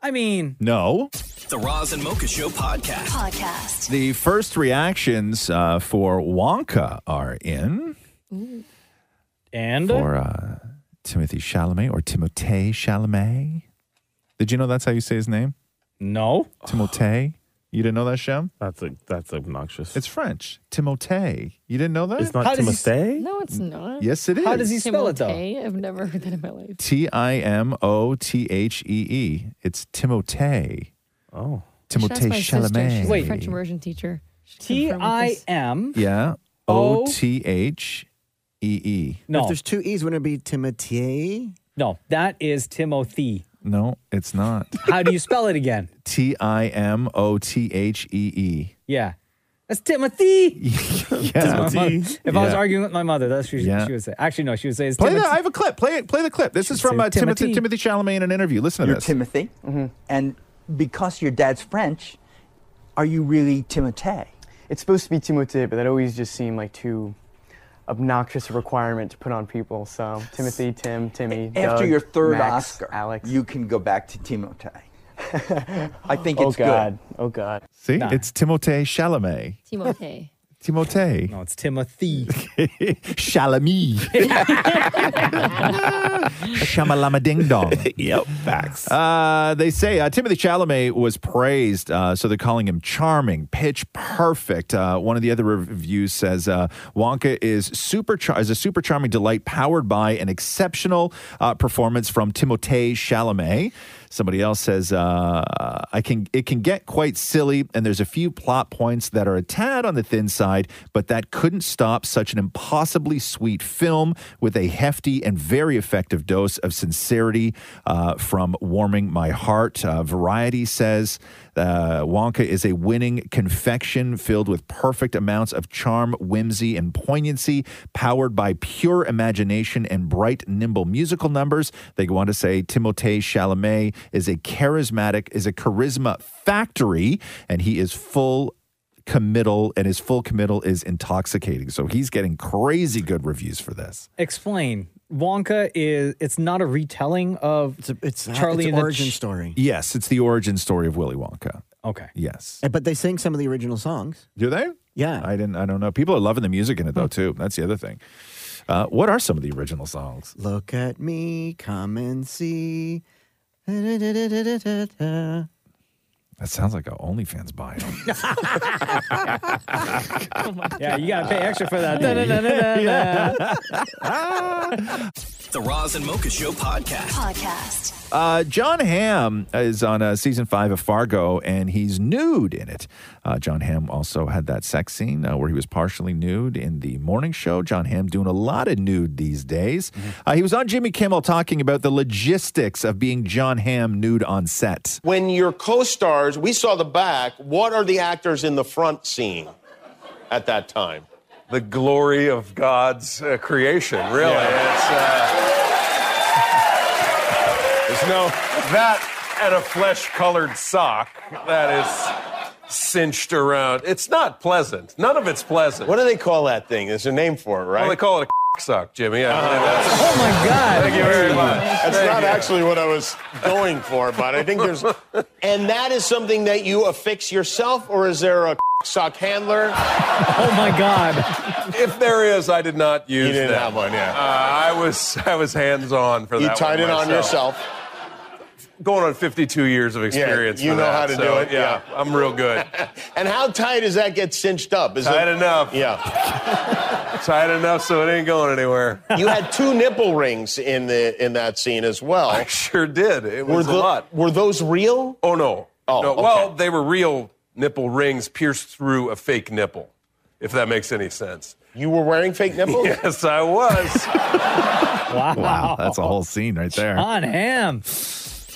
I mean,
No.
The Roz and Mocha Show podcast. Podcast.
The first reactions uh, for Wonka are in.
And?
For uh, Timothy Chalamet or Timothée Chalamet. Did you know that's how you say his name?
No.
Timothée. You didn't know that, Shem?
That's a, that's obnoxious.
It's French. Timothée. You didn't know that?
It's not How does he s- Timothée?
No, it's not.
Yes, it is.
Timotei? I've never heard that in my life.
T I M O T H E E. It's Timothée.
Oh.
Timothée Chalamet.
She's Wait. a French immersion teacher.
T I M.
Yeah.
O-
O T H E E.
No.
If there's two E's, wouldn't it be Timothy?
No, that is Timothy.
No, it's not.
How do you spell it again?
T I M O T H E E.
Yeah. That's Timothy.
Yeah.
That's my mother. If I was
Yeah.
arguing with my mother, that's what she,
Yeah.
she would say. Actually, no, she would say it's
Play
Timothy.
that. I have a clip. Play it. Play the clip. This is from uh, Timothy, Timothy Chalamet in an interview. Listen to
You're
this.
Timothy,
Mm-hmm.
and because your dad's French, are you really Timothée?
It's supposed to be Timothée, but that always just seemed like too obnoxious a requirement to put on people. So Timothy, Tim, Timmy.
After
Doug,
your third
Max,
Oscar,
Alex.
you can go back to
(laughs)
Timothée. I think
Oh,
it's
God.
good. Oh God!
See,
Nah.
it's Timothée Chalamet.
Timotei.
Timothée.
No, it's
(laughs)
Timothy. (laughs)
Chalamet. Shamalama ding
(laughs)
dong. yep, facts. Uh, they say uh, Timothy Chalamet was praised, uh, so they're calling him charming, pitch perfect. Uh, one of the other reviews says uh, Wonka is super char- is a super charming delight powered by an exceptional uh, performance from Timothée Chalamet. Somebody else says uh, I can it can get quite silly, and there's a few plot points that are a tad on the thin side, but that couldn't stop such an impossibly sweet film with a hefty and very effective dose of sincerity uh, from warming my heart. Uh, Variety says uh, Wonka is a winning confection filled with perfect amounts of charm, whimsy, and poignancy, powered by pure imagination and bright, nimble musical numbers. They go on to say Timothée Chalamet is a charismatic, is a charisma factory, and he is full committal and his full committal is intoxicating so he's getting crazy good reviews for this
Explain. Wonka is it's not a retelling of it's, Charlie
it's
and the
origin
Ch-
story.
yes it's the origin story of willy wonka
Okay.
yes
Uh, But they sing some of the original songs.
do they yeah i didn't i don't know people are loving the music in it though too that's the other thing uh, what are some of the original songs
Look at me, come and see. Da-da-da-da-da-da-da.
that sounds like a onlyfans bio
Yeah, you gotta pay extra for
(laughs)
that. (laughs)
The Roz and Mocha Show podcast. Podcast.
Uh, John Hamm is on uh, season five of Fargo, and he's nude in it. Uh, John Hamm also had that sex scene uh, where he was partially nude in the morning show. John Hamm doing a lot of nude these days. Uh, he was on Jimmy Kimmel talking about the logistics of being John Hamm nude on set.
When your co stars, we saw the back, what are the actors in the front seeing at that time?
The glory of God's uh, creation, really.
Yeah.
It's, uh, there's no that and a flesh colored sock that is cinched around. It's not pleasant. None of it's pleasant.
What do they call that thing? There's a name for it, right?
Well, they call it a (laughs) sock, Jimmy. I believe that's-
Oh my
God. Thank you very much.
That's
Thank
not
you.
actually what I was going for, but I think
(laughs)
there's. And that is something that you affix yourself, or is there a (laughs) sock handler?
Oh my God.
If there is, I did not use.
didn't
that.
have one, yeah.
Uh, I was I was hands on for
You
that.
tied
one
it on
myself.
yourself.
Going on 52 years of experience.
you
for
know
that,
how to
so,
do it,
Yeah,
yeah.
I'm real good.
(laughs) And how tight does that get cinched up? Is
Tight
it,
enough.
Yeah.
(laughs) Tight enough so it ain't going anywhere.
(laughs) You had two nipple rings in the in that scene as
(laughs)
well. I
sure did. It was
were
a lot.
Were those real?
Oh no.
Oh,
no.
okay.
Well, they were real nipple rings pierced through a fake nipple, if that makes any sense.
You were wearing fake
(laughs)
nipples?
(laughs) yes, I was.
wow.
Wow, that's a whole scene right there.
On Ham.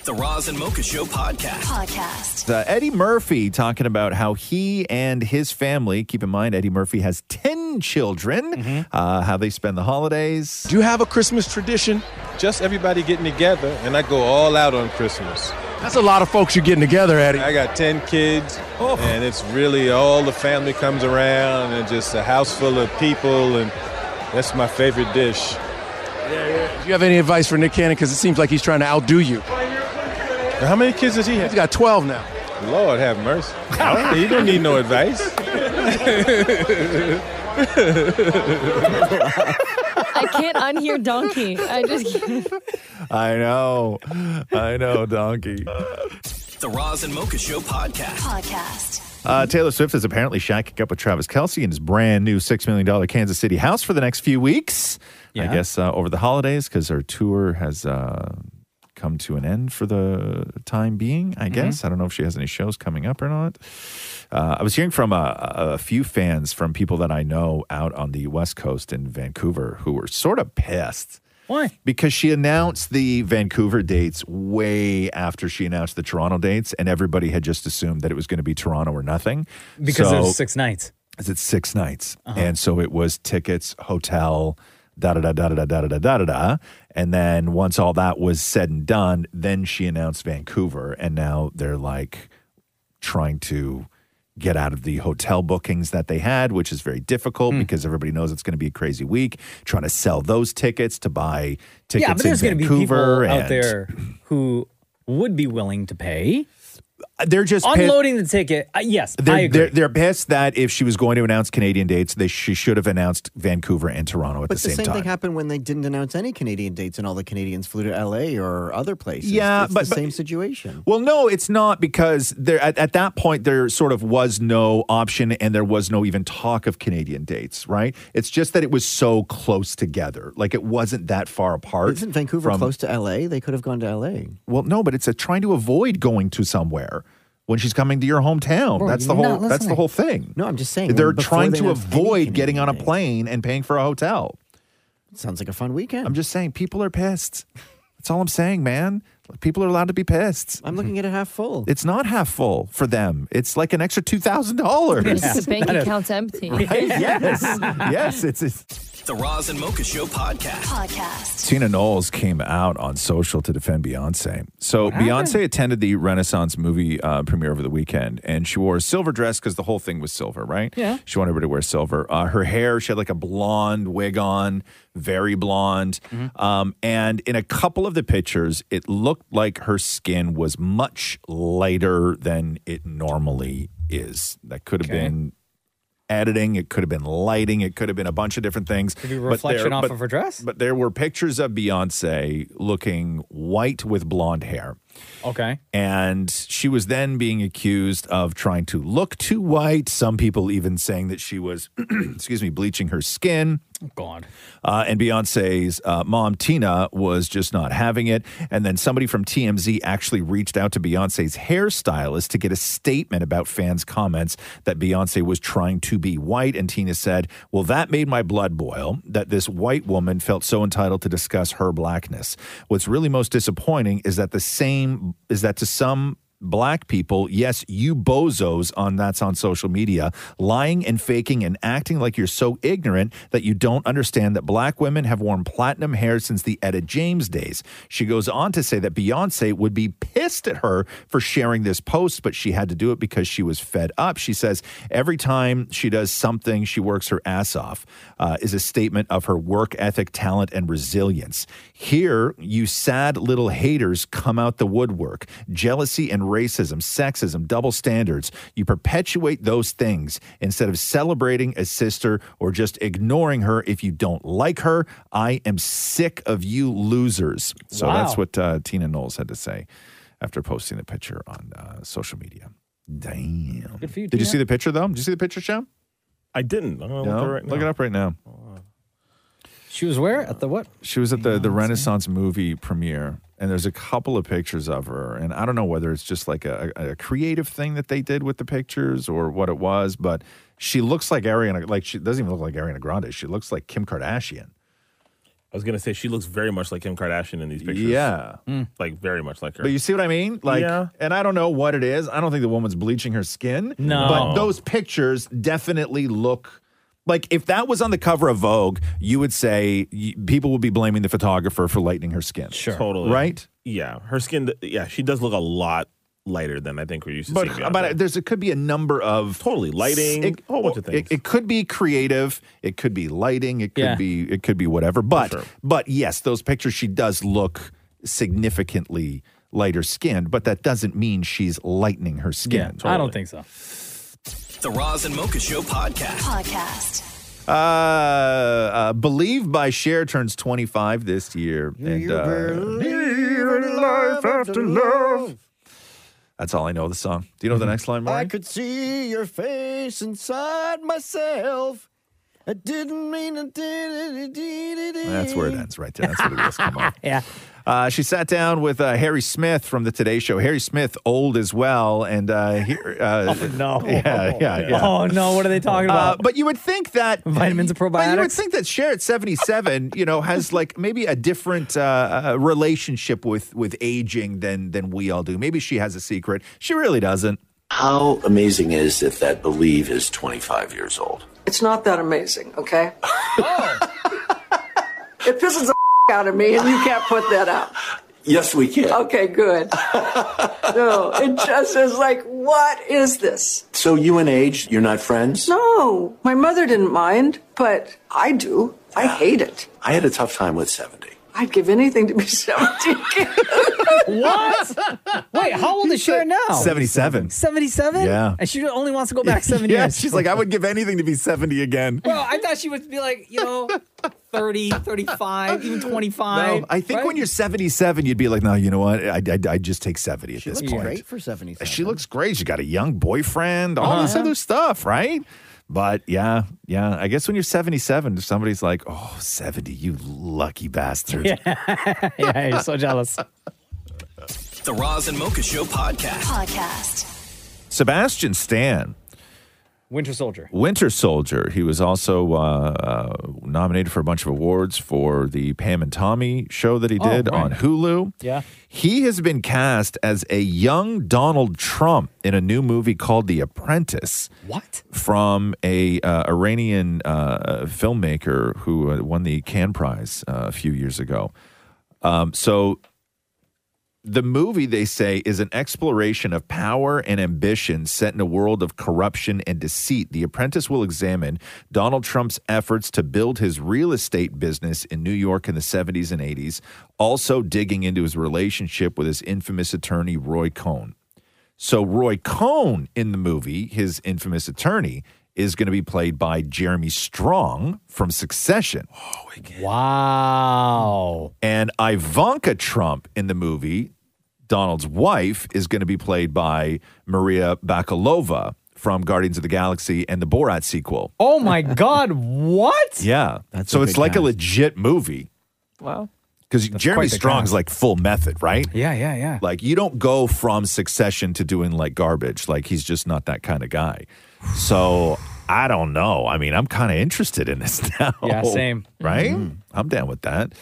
The Roz and Mocha Show podcast. Podcast.
Uh, Eddie Murphy talking about how he and his family, keep in mind, Eddie Murphy has 10 children, uh, how they spend the holidays.
Mm-hmm. Do you have a Christmas tradition? Just everybody getting together, and I go all out on Christmas.
That's a lot of folks you're getting together, Eddie.
I got 10 kids, and it's really all the family comes around and just a house full of people, and that's my favorite dish.
Do you have any advice for Nick Cannon? Because it seems like he's trying to outdo you.
Now, How many kids does he have?
He's got 12 now.
Lord
(laughs)
have mercy. you don't need no advice.
I can't unhear donkey. I just
(laughs)
can't.
I know. I know, donkey.
The Roz and Mocha Show podcast.
Podcast.
Uh, Taylor Swift is apparently shacking up with Travis Kelsey in his brand new $6 million Kansas City house for the next few weeks. I
Yeah.
guess uh, over the holidays because her tour has uh, come to an end for the time being, I guess. I don't know if she has any shows coming up or not. Uh, I was hearing from a, a few fans from people that I know out on the West Coast in Vancouver who were sort of pissed.
Why?
Because she announced the Vancouver dates way after she announced the Toronto dates, and everybody had just assumed that it was going to be Toronto or nothing. So-
Because there's six nights. Uh-huh.
is it six nights? And so it was tickets, hotel, da da da da da da da da da da da. And then once all that was said and done, then she announced Vancouver, and now they're like trying to get out of the hotel bookings that they had, which is very difficult
Hmm.
because everybody knows it's going to be a crazy week. Trying to sell those tickets to buy tickets
yeah, but there's
in
going to be
Vancouver
people out
and-
there who would be willing to pay.
They're just pay-
unloading the ticket. Uh, yes,
They're,
I agree.
they're, they're pissed that if she was going to announce Canadian dates, they, she should have announced Vancouver and Toronto at
but
the same, time.
thing happened when they didn't announce any Canadian dates, and all the Canadians flew to L.A. or other places.
Yeah,
it's
but-
the
but-
same situation.
Well, no, it's not because there at, at that point there sort of was no option and there was no even talk of Canadian dates, right? It's just that it was so close together. Like it wasn't that far apart.
Isn't Vancouver
from-
close to L.A.? They could have gone to L.A.
Well, no, but it's a trying to avoid going to somewhere when she's coming to your hometown.
Bro,
that's the
you're
whole
not
that's the
listening.
whole thing.
No, I'm just saying.
They're
before
trying
they
to
announced any
avoid getting on a plane and paying for a hotel.
Sounds like a fun weekend.
I'm just saying people are pissed. That's all I'm saying, man. People are allowed to be pissed.
I'm looking at it half full.
It's not half full for them. It's like an extra two thousand dollars.
The bank account's empty.
(laughs)
Yes, yes. It's, it's
The Roz and Mocha Show podcast.
Podcast.
Tina Knowles came out on social to defend Beyonce. So
What happened?
Beyonce attended the Renaissance movie uh, premiere over the weekend, and she wore a silver dress because the whole thing was silver, right?
Yeah.
She wanted everybody to wear silver. Uh, her hair, she had like a blonde wig on, very blonde.
Mm-hmm.
Um, and in a couple of the pictures, it looked like her skin was much lighter than it normally is. That could have been editing, it could have been lighting, it could have been a bunch of different things.
Could be
But
reflection
there-
off
but-
of her dress.
But there were pictures of Beyonce looking white with blonde hair.
Okay.
And she was then being accused of trying to look too white. Some people even saying that she was, (clears throat) excuse me, bleaching her skin.
Oh, God.
Uh, and Beyonce's uh, mom, Tina, was just not having it. And then somebody from TMZ actually reached out to Beyonce's hairstylist to get a statement about fans' comments that Beyonce was trying to be white. And Tina said, Well, that made my blood boil that this white woman felt so entitled to discuss her blackness. What's really most disappointing is that the same is that to some black people yes you bozos on that's on social media lying and faking and acting like you're so ignorant that you don't understand that black women have worn platinum hair since the Etta James days she goes on to say that Beyonce would be pissed at her for sharing this post but she had to do it because she was fed up she says every time she does something she works her ass off uh, is a statement of her work ethic talent and resilience here you sad little haters come out the woodwork jealousy and racism, sexism, double standards. You perpetuate those things instead of celebrating a sister or just ignoring her if you don't like her. I am sick of you losers. So
Wow.
that's what uh, Tina Knowles had to say after posting the picture on uh, social media. Damn.
Good for you,
Did you
Tina.
see the picture though? Did you see the picture, Sham?
I didn't. I'm gonna
No?
look, it right now.
Look it up right now.
She was where? At the what?
She was at the, the Renaissance movie premiere, and there's a couple of pictures of her. And I don't know whether it's just like a, a creative thing that they did with the pictures or what it was, but she looks like Ariana. Like she doesn't even look like Ariana Grande. She looks like Kim Kardashian.
I was gonna say she looks very much like Kim Kardashian in these pictures.
Yeah.
like very much like her.
But you see what I mean? Like,
Yeah.
and I don't know what it is. I don't think the woman's bleaching her skin.
No.
But those pictures definitely look like if that was on the cover of Vogue, you would say y- people would be blaming the photographer for lightening her skin. Sure.
totally
Right?
Yeah, her skin. Yeah, she does look a lot lighter than I think we're used to
But
seeing.
but there's it could be a number of
totally lighting,
It-
a whole bunch of things.
It, it could be creative. It could be lighting. It could
Yeah.
be it could be whatever. But but yes, those pictures she does look significantly lighter skinned, but that doesn't mean she's lightening her skin.
Yeah, I don't think so.
The Roz and Mocha Show podcast.
Podcast.
Uh, uh, Believe by Cher turns 25 this year. And uh,
life after love.
that's all I know of the song. Do you know the next line,
I
Mark?
could see your face inside myself. I didn't mean I did it.
That's where it ends right there. That's what it is. Come
(laughs)
on.
yeah.
Uh, she sat down with uh, Harry Smith from the Today Show. Harry Smith, old as well, and uh, here. Uh,
Oh, no.
(laughs) Yeah, yeah, yeah.
Oh, no. What are they talking
Uh,
about?
but you would think that
vitamins and
But you would
probiotics.
think that Cher at 77, you know, has like maybe a different uh, uh, relationship with with aging than than we all do. Maybe she has a secret. She really doesn't.
How amazing is it that Believe is 25 years old?
It's not that amazing, okay? (laughs) it pisses the (laughs) out of me, and you can't put that out.
Yes, we can.
Oh.
(laughs)
Okay, good. no, it just is like, what is this?
So you and age, you're not friends?
No, my mother didn't mind, but I do. I hate it.
I had a tough time with 70.
I'd give anything to be (laughs) 17.
(laughs) what? Wait, how old is Cher now?
77.
77?
Yeah.
And she only wants to Oh, go back seven
(laughs) yeah,
years.
she's like, I would give anything to be 70 again.
Well, I thought she would be like, you know, 30, 35, even 25.
No, I think
right?
when you're 77, you'd be like, no, you know what? I, I, I just take 70 at this
looks
point.
great for 70.
She looks great. She got a young boyfriend, all this other stuff, right? But yeah, yeah. I guess when you're 77, if somebody's like, oh, 70, you lucky bastard.
(laughs) Yeah. yeah, you're so jealous.
The Roz and Mocha Show podcast.
Podcast.
Sebastian Stan,
Winter Soldier.
Winter Soldier. He was also uh, uh, nominated for a bunch of awards for the Pam and Tommy show that he
Oh,
did
right.
on Hulu.
(laughs)
Yeah.
He has been cast as a young Donald Trump in a new movie called The Apprentice.
What?
From a uh, Iranian uh, filmmaker who uh, won the Cannes Prize uh, a few years ago. Um, so the movie they say is an exploration of power and ambition set in a world of corruption and deceit. The Apprentice will examine Donald Trump's efforts to build his real estate business in New York in the 70s and 80s, also digging into his relationship with his infamous attorney Roy Cohn. So Roy Cohn in the movie, his infamous attorney, is going to be played by Jeremy Strong from Succession.
Wow.
And Ivanka Trump in the movie, Donald's wife, is going to be played by Maria Bakalova from Guardians of the Galaxy and the Borat sequel.
Oh my God, what?
Yeah.
That's
so
a
it's
big
like a
cast.
legit movie.
Wow.
Because Jeremy
quite the
Strong's
cast.
like full method, right?
Yeah, yeah, yeah.
Like you don't go from succession to doing like garbage. Like he's just not that kind of guy. So I don't know. I mean, I'm kind of interested in this (laughs) now.
Yeah, same.
Right?
Mm-hmm.
I'm down with that.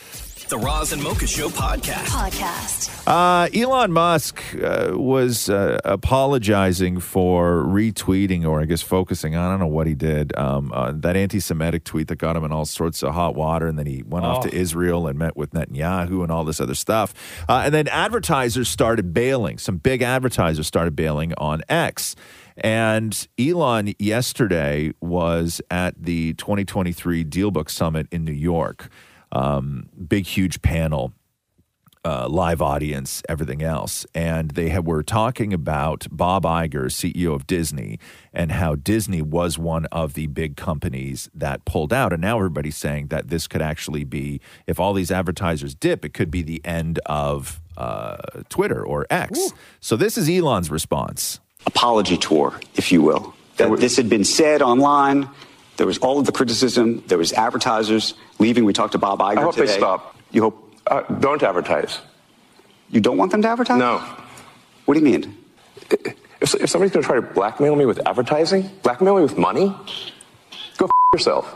The Roz and Mocha Show podcast.
Podcast.
Uh, Elon Musk uh, was uh, apologizing for retweeting, or I guess focusing on, I don't know what he did, um, uh, that anti Semitic tweet that got him in all sorts of hot water. And then he went off
Oh.
to Israel and met with Netanyahu and all this other stuff. Uh, and then advertisers started bailing. Some big advertisers started bailing on X. And Elon yesterday was at the 2023 Dealbook Summit in New York. Um, big, huge panel uh, live audience, everything else. And they had, were talking about Bob Iger, CEO of Disney, and how Disney was one of the big companies that pulled out. And now everybody's saying that this could actually be, if all these advertisers dip, it could be the end of uh, Twitter or X. So this is Elon's response.
apology tour, if you will. That this had been said online. There was all of the criticism. There was advertisers leaving. We talked to Bob Iger
I hope
today.
they stop. You hope? Uh, don't advertise.
You don't want them to advertise?
No.
What do you mean?
If, if somebody's going to try to blackmail me with advertising, blackmail me with money, go f-
(laughs)
yourself.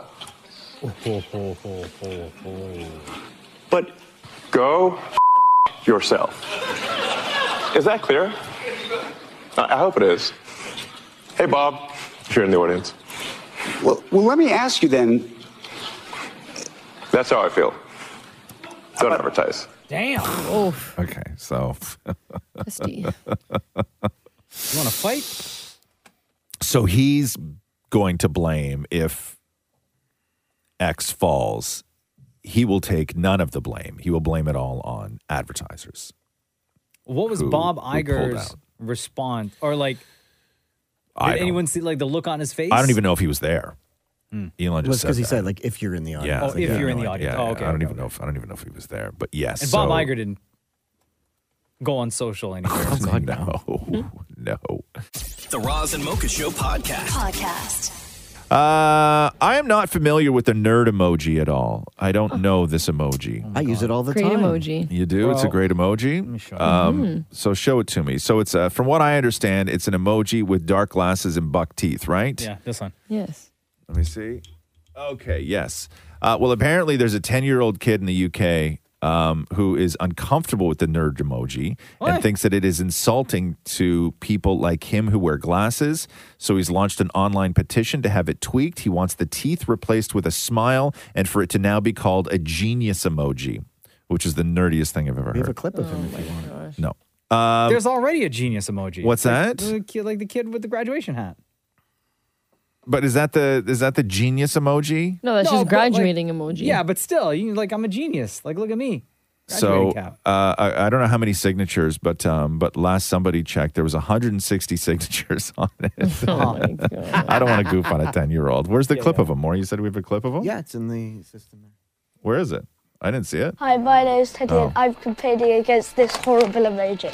But go f- yourself. Is that clear? I, I hope it is. Hey, Bob, if you're in the audience,
Well, well, let me ask you then.
that's how I feel. Don't advertise.
Damn.
Oof.
Okay, so. (laughs)
Dusty.
You want to fight?
So he's going to blame if X falls. He will take none of the blame. He will blame it all on advertisers.
What was
who-
Bob
who pulled
Iger's
out.
response? Or like, did
I don't-
anyone see like the look on his face?
I don't even know if he was there. Elon
Well,
just
it's 'cause he
said,
said, like, if you're in the
that.
audience.
yeah,
like,
if
yeah,
you're in
no,
the
I-
audience.
yeah,
Mm. Oh,
yeah.
okay,
I don't
okay,
even know if I don't even know if he was there, but yes.
and Bob
so-
Iger didn't go on social anywhere.
(laughs)
oh
God, no, no.
The Roz and Mocha Show podcast.
Podcast.
Uh, I am not familiar with the nerd emoji at all. I don't know this emoji.
I use it all the
Great
time.
emoji.
You do? it's a
Well,
great emoji. Um, So show it to me. So it's uh, from what I understand, it's an emoji with dark glasses and buck teeth, right?
Yeah, this one.
Yes.
Let me see. Okay, yes. Uh, well, apparently there's a 10 year old kid in the UK um, who is uncomfortable with the nerd emoji and thinks that it is insulting to people like him who wear glasses. So he's launched an online petition to have it tweaked. He wants the teeth replaced with a smile and for it to now be called a genius emoji, which is the nerdiest thing I've ever
We have
heard.
a clip of him if you want.
No. Um,
Oh There's already a genius emoji.
What's that?
Like the kid- like the kid with the graduation hat.
but is that the is that the genius emoji?
No, that's just
but, like-
graduating emoji.
Yeah, but still, you like I'm a genius. Like, look at me.
So
Graduating cap.
uh, I, I don't know how many signatures, but um, but last somebody checked, there was 160 signatures (laughs) on it.
(laughs) Oh,
I don't want to goof on a 10 year old. Where's the clip of him? More, you said we have a clip of him.
Yeah, it's in the system.
Where is it? I didn't see it.
Hi, my name's Teddy,
Oh.
and I'm competing against this horrible emoji.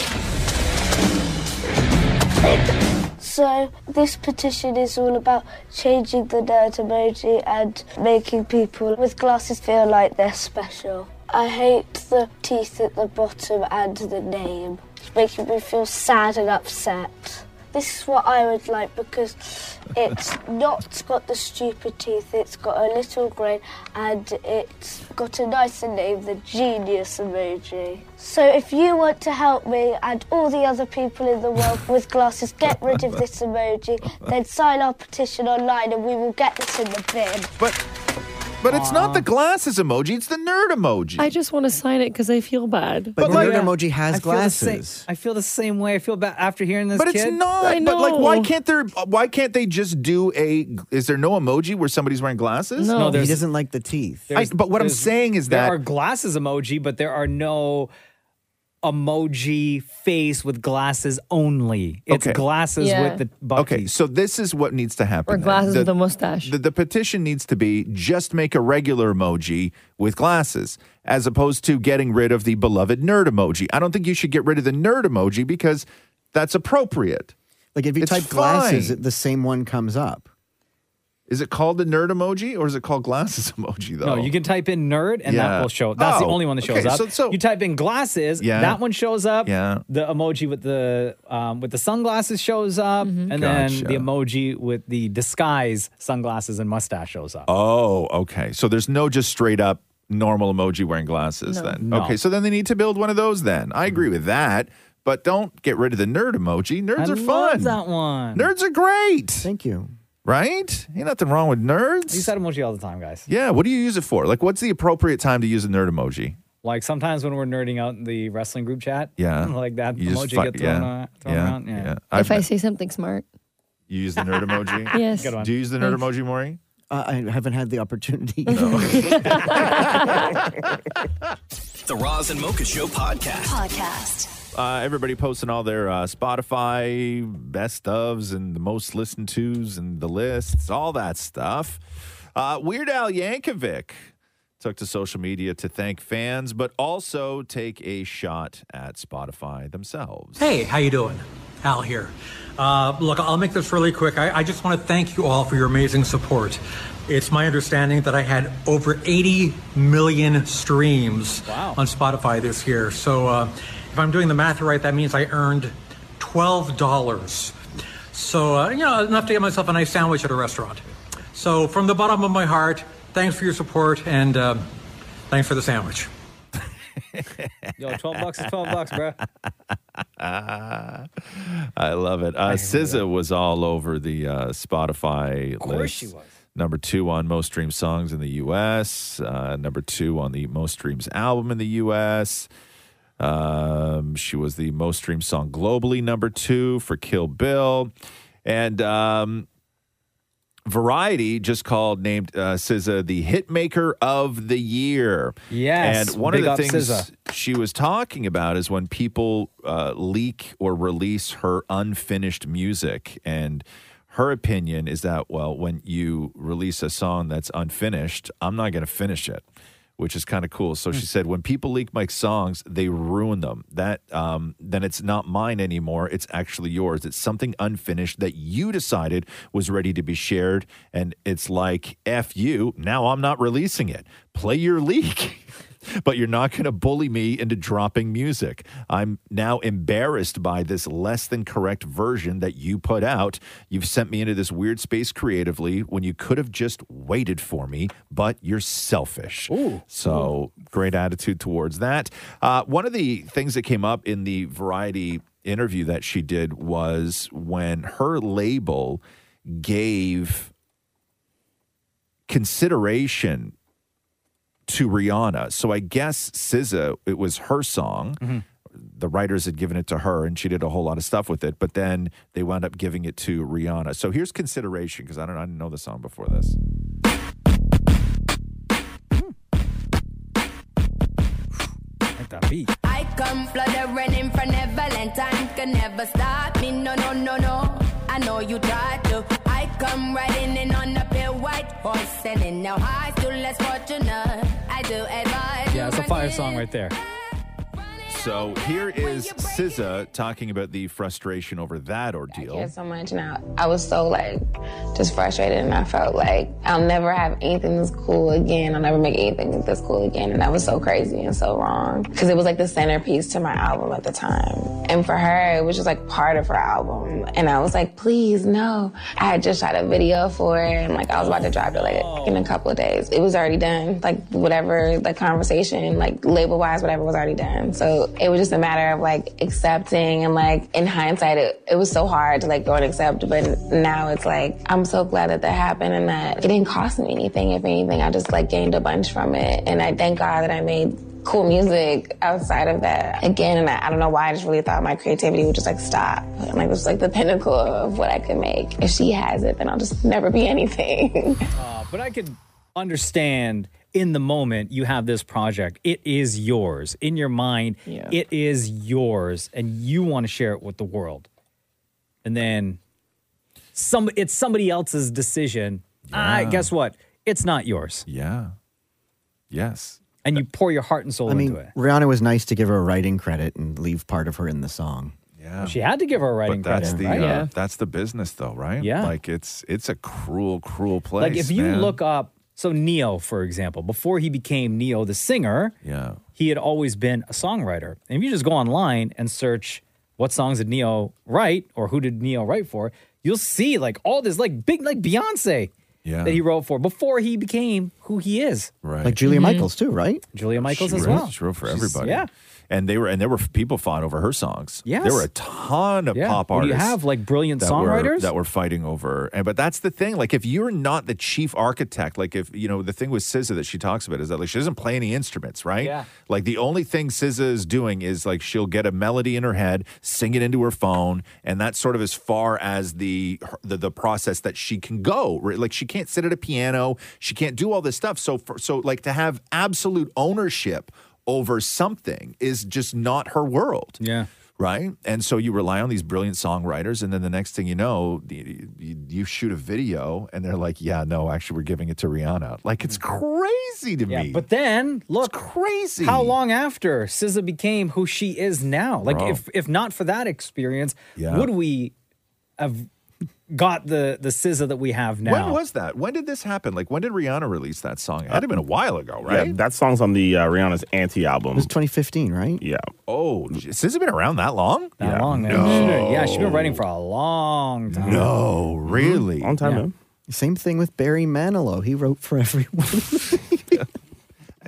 So, this petition is all about changing the nerd emoji and making people with glasses feel like they're special. I hate the teeth at the bottom and the name. It's making me feel sad and upset. This is what I would like
(laughs)
because it's not got the stupid teeth, it's got a little grin and it's got a nicer name, the genius emoji. So if you want to help me and all the other people in the world with glasses get rid of this emoji, then sign our petition online and we will get this in the bin.
But But it's not the glasses emoji; it's the nerd emoji.
I just want to sign it because I feel bad.
But But like- nerd
emoji has
I feel the same-
glasses.
I feel the same way. I feel bad after hearing this.
but it's
kid.
not. But like, why can't there? Why can't they just do a? Is there no emoji where somebody's wearing glasses?
he doesn't like the teeth.
I- but what I'm
there's-
saying is that
there are glasses emoji, but there are no emoji face with glasses only. It's
Okay.
glasses
Yeah.
with the buck
Okay, so this is what needs to happen.
Or
then.
glasses
The-
with a mustache.
The, the petition needs to be just make a regular emoji with glasses as opposed to getting rid of the beloved nerd emoji. I don't think you should get rid of the nerd emoji because that's appropriate.
Like if you
It's
type glasses,
fine.
the same one comes up.
Is it called the nerd emoji or is it called glasses (laughs) emoji though?
No, you can type in nerd and
Yeah.
that will show. That's the
Oh,
only one that shows
okay,
up.
so- so-
you type in glasses,
Yeah.
that one shows up.
Yeah.
The emoji with the um, with the sunglasses shows up,
Mm-hmm.
and then
Gotcha.
the emoji with the disguise sunglasses and mustache shows up.
Oh, okay. So there's no just straight up normal emoji wearing glasses
No.
then.
No.
Okay, so then they need to build one of those then. I agree with that, but don't get rid of the nerd emoji. Nerds
I
are
love
fun.
that one.
Nerds are great.
Thank you.
Right? Ain't nothing wrong with nerds.
You said emoji all the time, guys.
Yeah, what do you use it for? Like, what's the appropriate time to use a nerd emoji?
Like sometimes when we're nerding out in the wrestling group chat,
Yeah.
(laughs) like that
You just
emoji
fu-
get thrown,
yeah.
uh, thrown
Yeah.
around. Yeah.
Yeah.
if I say something smart,
You use the nerd emoji?
(laughs) Yes. Good one.
Do you use the nerd
Thanks.
emoji, Maury?
Uh, I haven't had
(laughs)
the opportunity.
(laughs)
(laughs) The Roz and Mocha Show podcast.
Podcast.
Uh, everybody posting all their uh, Spotify best ofs and the most listened tos and the lists, all that stuff. Uh, Weird Al Yankovic took to social media to thank fans, but also take a shot at Spotify themselves. (laughs)
Hey, how you doing? Al here. Uh, look, I'll make this really quick. I, I just want to thank you all for your amazing support. It's my understanding that I had over 80 million streams on Spotify this year. So uh, if I'm doing the math right, that means I earned $12. So, uh, you know, enough to get myself a nice sandwich at a restaurant. So from the bottom of my heart, thanks for your support and uh, thanks for the sandwich.
(laughs) Yo, twelve bucks is twelve bucks, bro.
I love it. Uh, SZA was all over the uh, Spotify of
course she
was. Number two on most streamed songs in the U.S. Uh, number two on the most streams album in the U.S. Um, she was the most streamed song globally. Number two for Kill Bill, and um, Variety just called named uh, SZA the hit maker of the year.
Yes,
and one
big
of
up
the things
SZA.
she was talking about is when people uh, leak or release her unfinished music and. Her opinion is that, well, when you release a song that's unfinished, I'm not going to finish it, which is kind of cool. So she said, when people leak my songs, they ruin them. That um, then it's not mine anymore. It's actually yours. It's something unfinished that you decided was ready to be shared, and it's like f you. Now I'm not releasing it. Play your leak. (laughs) but you're not going to bully me into dropping music. I'm now embarrassed by this less than correct version that you put out. You've sent me into this weird space creatively when you could have just waited for me, but you're selfish. So great attitude towards that. Uh, one of the things that came up in the Variety interview that she did was when her label gave consideration to Rihanna. So I guess SZA, it was her song.
Mm-hmm.
The writers had given it to her, and she did a whole lot of stuff with it. But then they wound up giving it to Rihanna. So here's consideration because I don't, I didn't know the song before this.
Like that beat.
I come flooded running from Neverland. Time can never stop me. No, no, no, no. I know you tried to. I come riding in on a pale white horse. And in now high to less fortunate. I do advise.
Yeah, it's a fire song right there.
So here is SZA talking about the frustration over that ordeal.
care so much and I, I was so like just frustrated and I felt like I'll never have anything this cool again. I'll never make anything this cool again. And that was so crazy and so wrong. Cause it was like the centerpiece to my album at the time. And for her, it was just like part of her album. And I was like, please no. I had just shot a video for it and like I was about to drop it like in a couple of days. It was already done. Like whatever the conversation, like label wise, whatever was already done. So it was just a matter of like accepting and like in hindsight, it, it was so hard to like go and accept. But now it's like, I'm so glad that that happened and that it didn't cost me anything. If anything, I just like gained a bunch from it. And I thank God that I made cool music outside of that again. And I, I don't know why I just really thought my creativity would just like stop. And like, it was like the pinnacle of what I could make. If she has it, then I'll just never be anything. (laughs)
Uh, but I could understand in the moment you have this project. It is yours. In your mind, it is yours and you want to share it with the world. And then some it's somebody else's decision. Ah,
Yeah.
guess what? It's not yours.
Yeah. Yes.
And you pour your heart and soul
I mean,
into it.
Rihanna was nice to give her a writing credit and leave part of her in the song.
Yeah.
She had to give her a writing
But that's
credit.
the
right?
uh, that's the business though, right?
Yeah.
Like it's it's a cruel, cruel place.
Like if you
man.
look up, so Neo, for example, before he became Neo the singer,
yeah,
he had always been a songwriter. And if you just go online and search what songs did Neo write or who did Neo write for, you'll see like all this like big like Beyonce
Yeah.
that he wrote for before he became who he is. Mm-hmm.
Right.
Like Julia Michaels too, right?
Julia Michaels
she
as
wrote,
well.
She wrote for
She's-
everybody.
yeah.
And they were and there were people fought over her songs.
Yes.
There were a ton of
Yeah.
pop
When you
artists.
have, like, brilliant
that were-
songwriters.
that were fighting over. And but that's the thing. Like if you're not the chief architect, like if you know the thing with SZA that she talks about is that like she doesn't play any instruments, right?
Yeah.
Like the only thing SZA is doing is like she'll get a melody in her head, sing it into her phone, and that's sort of as far as the the, the process that she can go. right? Like she can't sit at a piano, she can't do all this stuff. So for, so like to have absolute ownership over something is just not her world.
Yeah.
Right. And so you rely on these brilliant songwriters. And then the next thing you know, you, you, you shoot a video and they're like, yeah, no, actually, we're giving it to Rihanna. Like, it's crazy to
Mm-hmm. Yeah,
me.
but then look
crazy.
How long after SZA became who she is now? Like
Bro.
if if not for that experience,
Yeah.
would we have got the the SZA that we have now?
When was that? When did this happen? Like, when did Rihanna release that song? It had to have been a
Uh,
while ago, right?
Yeah, that song's on the uh, Rihanna's Anti album. It was
2015, right?
Yeah.
Oh, this has been around that long?
That long, man.
No.
Yeah, she's been writing for a long time.
No, really?
Long time,
Yeah.
man.
Same thing with Barry Manilow. He wrote for everyone.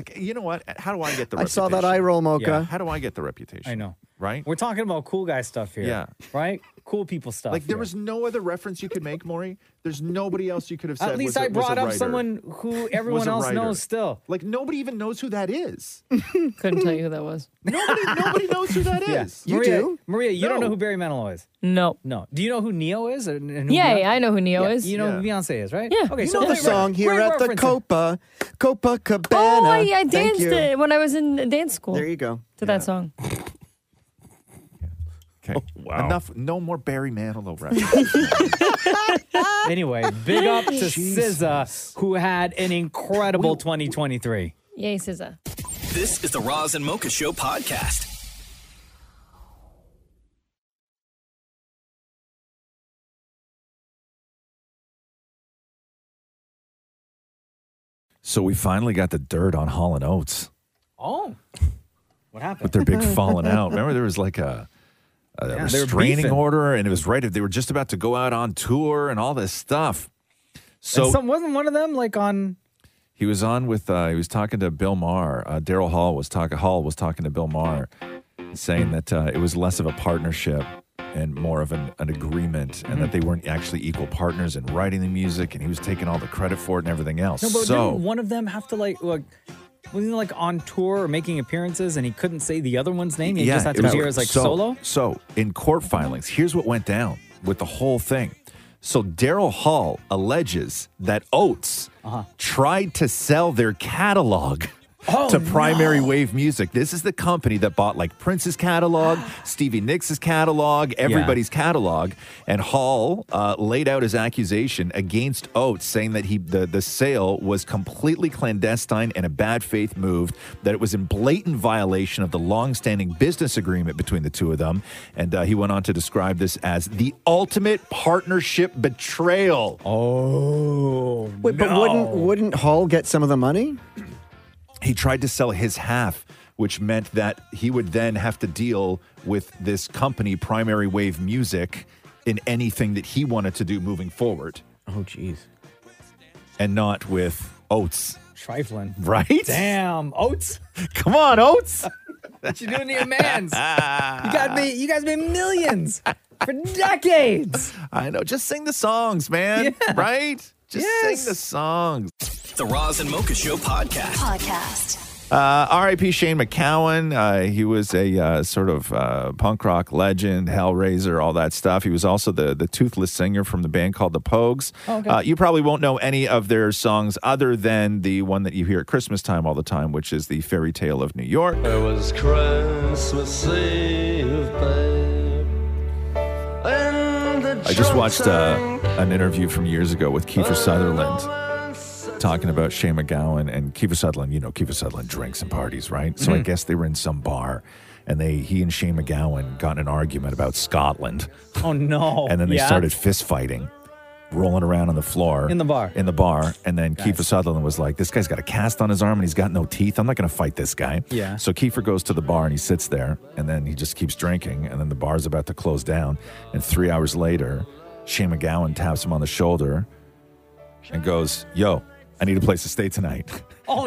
Okay, you know what? How do I get the
I saw that
reputation?
eye roll, Mocha.
Yeah, How do I get the reputation?
I know.
Right?
We're talking about cool guy stuff here.
Yeah.
Right? cool people stuff.
Like there was no other reference you could make, Maury. There's nobody else you could have said.
At
was
least
a-
I
was a
brought up
writer.
someone
(laughs)
who everyone
a
else
writer.
knows still.
Like nobody even knows who that
(laughs)
is.
Couldn't tell you who that was.
Nobody knows who that is.
You
Maria,
do?
Maria, you don't
No.
know who Barry Manilow is?
No.
No. Do you know who Neo is? And- and who
Yeah,
Beyonce-
yeah, I know who Neo
Yeah,
is.
You know who
Yeah.
Beyonce is, right?
Yeah.
Okay,
You
so
know
we're-
the song
here
we're
at the
referencing-
Copa, Copa Cabana.
Oh, I, I
Thank
danced
you.
it when I was in dance school.
There you go.
To that song.
Okay.
Oh,
wow. Enough. No more Barry
(laughs)
Manilow reference.
anyway,
(laughs)
big up to
Jesus.
SZA, who had an incredible 2023.
Yay, SZA.
This is the Roz and Mocha Show podcast.
so we finally got the dirt on Hall and Oates
Oh, what happened?
with their
(laughs)
(laughs)
big falling out. Remember, there was like a. A
Yeah, they were
restraining
beefing.
order, and it was right. They were just about to go out on tour and all this stuff. So
So wasn't one of them like on?
He was on with uh, he was talking to Bill Maher. Uh, Daryl Hall was talking. Hall was talking to Bill Maher, saying that uh, it was less of a partnership and more of an, an agreement,
Mm-hmm.
and that they weren't actually equal partners in writing the music, and he was taking all the credit for it and everything else.
No, but
Oh, so
didn't one of them have to like look? Wasn't he like on tour or making appearances, and he couldn't say the other one's name? He just had
it
to
was-
appear as like
so-
solo.
So in court filings, here's what went down with the whole thing. So Daryl Hall alleges that Oates
Uh-huh.
tried to sell their
(laughs)
catalog.
Oh,
to Primary Wave Music. This is the company that bought like Prince's
(gasps)
catalog, Stevie Nicks' catalog, everybody's catalog. And Hall uh, laid out his accusation against Oates, saying that he the, the sale was completely clandestine and a bad faith move, that it was in blatant violation of the longstanding business agreement between the two of them. And uh, he went on to describe this as the ultimate partnership betrayal.
Oh.
Wait, but wouldn't wouldn't Hall get some of the money?
he tried to sell his half, which meant that he would then have to deal with this company, Primary Wave Music, in anything that he wanted to do moving forward.
Oh, jeez.
And not with Oates.
Trifling.
Right?
Damn, Oates.
(laughs) Come on, Oates.
what you doing to
(laughs)
your man's? You got (laughs) me. You guys made millions for decades.
I know. Just sing the songs, man. Right? Just sing the songs.
The Roz and Mocha Show podcast.
Podcast.
Uh, RIP Shane McCowan. Uh, he was a uh, sort of uh, punk rock legend, Hellraiser, all that stuff. He was also the the toothless singer from the band called The Pogues.
Oh, okay.
uh, you probably won't know any of their songs other than the one that you hear at Christmas time all the time, which is the Fairy Tale of New York.
It was Christmas Eve, babe. And the
I just watched uh, an interview from years ago with Kiefer Sutherland talking about Shane McGowan and Kiefer Sutherland. You know, Kiefer Sutherland drinks and parties, right? So I
Mhm.
guess they were in some bar, and they he and Shane McGowan got in an argument about Scotland,
Oh no.
and then they
Yeah.
started fist fighting, rolling around on the floor
in the bar.
in the bar. And then Kiefer Sutherland was like, This guy's got a cast on his arm and he's got no teeth. I'm not going to fight this guy.
Yeah.
So Kiefer goes to the bar and he sits there and then he just keeps drinking. And then the bar's about to close down. And three hours later, Shane McGowan taps him on the shoulder and goes, Yo, I need a place to stay tonight.
Oh,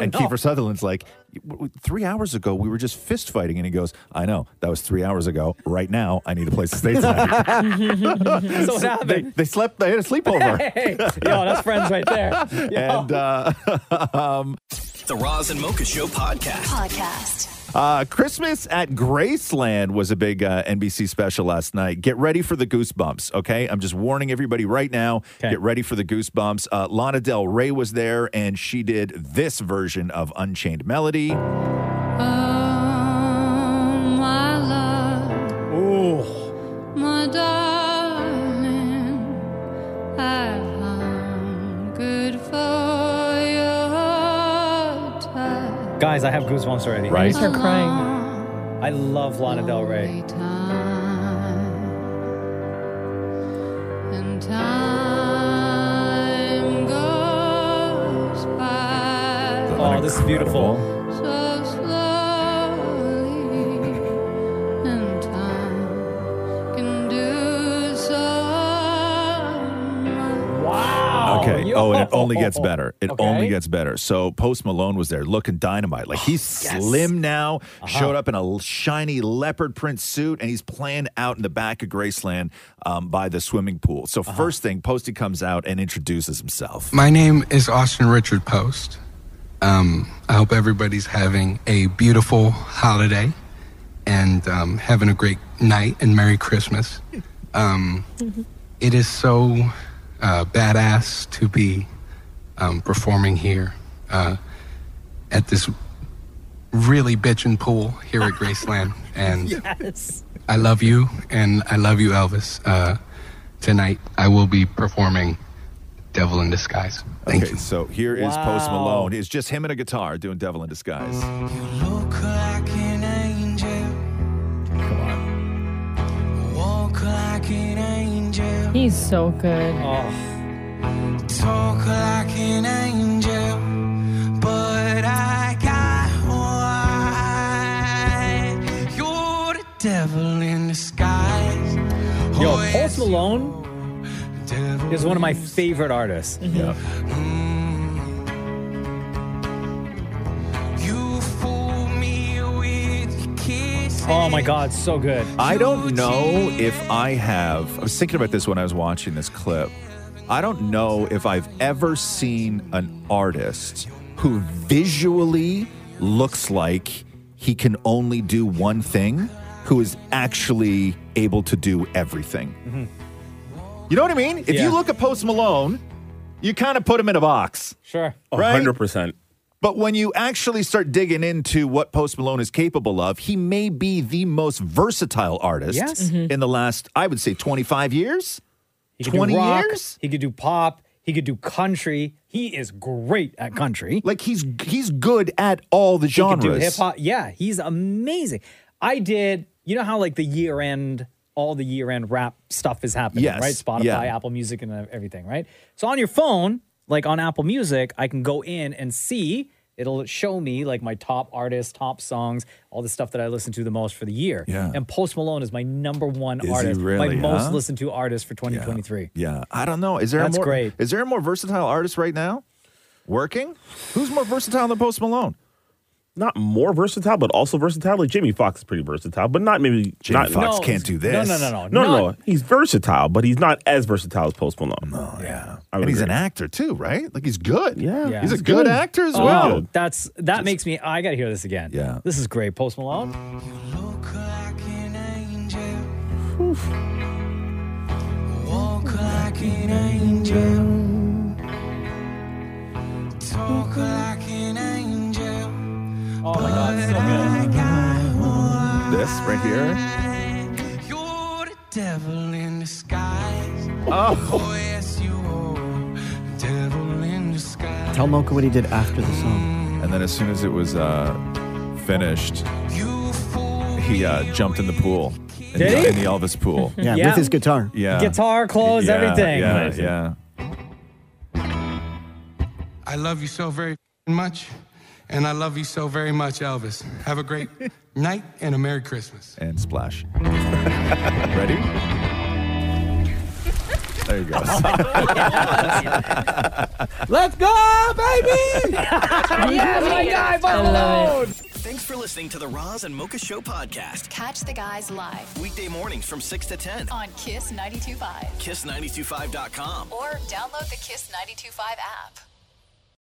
(laughs) and
no.
Kiefer Sutherland's like, "W- w- three hours ago, we were just fist fighting. And he goes, I know, that was three hours ago. Right now, I need a place to stay
(laughs)
tonight. (laughs)
Mm-hmm. so what
So
happened?
they, they slept, they had a sleepover.
(laughs) Hey, yo, that's friends
(laughs)
right there. Yo.
And uh, (laughs) um,
The Roz and Mocha Show podcast.
Podcast.
uh, Christmas at Graceland was a big uh, NBC special last night. Get ready for the goosebumps, okay? I'm just warning everybody right now. Get ready for the goosebumps. Uh, Lana Del Rey was there, and she did this version of Unchained Melody.
Oh, My love,
Ooh.
my darling, I've hungered for your touch.
Guys, I have goosebumps already.
Right?
Right?
I start crying.
I love Lana Del Rey.
And time goes by
Oh, this is beautiful.
so slowly, and time can do so much.
Wow.
okay, Oh, and it only gets better. It
Okay.
only gets better. So Post Malone was there looking dynamite. Like he's
Yes. Uh-huh.
slim now, showed up in a l- shiny leopard print suit, and he's playing out in the back of Graceland um, by the swimming pool. So,
Uh-huh.
first thing, Posty comes out and introduces himself.
My name is Austin Richard Post. Um, I hope everybody's having a beautiful holiday and um, having a great night and Merry Christmas. Um, it is so uh, badass to be um, performing here uh, at this really bitchin' pool here at Graceland. And
yes.
I love you, and I love you, Elvis. Uh, tonight, I will be performing Devil in Disguise. Thank
okay,
you.
so here is Post
Wow.
Malone. It's just him and a guitar doing Devil in Disguise.
Walk like an angel.
Come on.
Walk like an angel.
He's so good.
Talk like an angel. But I got why. You're the devil in disguise.
Yo, Post Malone is one of my favorite artists.
You fool me with your kiss.
Oh my God, so good.
I don't know if I have. I was thinking about this when I was watching this clip. I don't know if I've ever seen an artist who visually looks like he can only do one thing, who is actually able to do everything.
Mm-hmm.
You know what I mean? If you look at Post Malone, you kind of put him in a box.
Sure.
Right?
100%.
But when you actually start digging into what Post Malone is capable of, he may be the most versatile artist
Yes. Mhm.
in the last, I would say, 25 years.
He could
20
do rock,
years?
He could do pop. He could do country. He is great at country.
Like he's he's good at all the
He could do
genres.
hip hop. Yeah, he's amazing. I did. You know how like the year end, all the year end rap stuff is happening,
Yes,
right? Spotify,
yeah.
Apple Music, and uh, everything, right? So on your phone, like on Apple Music, I can go in and see. It'll show me like my top artists, top songs, all the stuff that I listen to the most for the year.
Yeah.
And Post Malone is my number one
Is he
artist, my
really,
most
huh?
listened to artist for 2023.
Yeah, I don't know. Is there
That's
a more
great.
is there a more versatile artist right now working? Who's more versatile than Post Malone?
Not more versatile, but also versatile. Like Jamie Foxx is pretty versatile, but not maybe.
Jamie
not,
Foxx No, can't do
No,
this.
no, no, no,
no,
no,
not-
He's versatile, but he's not as versatile as Post Malone.
Oh,
No,
yeah,
I
And he's an actor too, right? Like he's good.
Yeah,
Yeah.
he's a good, actor as
Oh,
well.
That's that makes me. I gotta hear this again. Yeah, this is great. Post Malone.
Walk like an angel. Talk like an angel.
Oh my God, so good.
This right here.
Devil in disguise.
Oh,
yes, you are. Devil in disguise.
Tell Mocha what he did after the
Hmm.
song. And then as soon as it was uh, finished, he uh, jumped in the pool. In,
Did
the,
he?
in the Elvis pool.
(laughs) Yeah, Yeah. with his
guitar.
Yeah.
Guitar, clothes,
Yeah,
everything.
Yeah,
Amazing.
yeah.
I love you so very much, and I love you so very much, Elvis. Have a great (laughs) night and a Merry Christmas.
And splash. (laughs) Ready? There you go.
Let's go,
(laughs)
baby!
Yes, my guy, Post Malone!
Thanks for listening to the Roz and Mocha Show podcast. Catch the guys live
Weekday mornings from 6 to 10.
on Kiss 92.5
Kiss925.com.
or download the Kiss 92.5 app.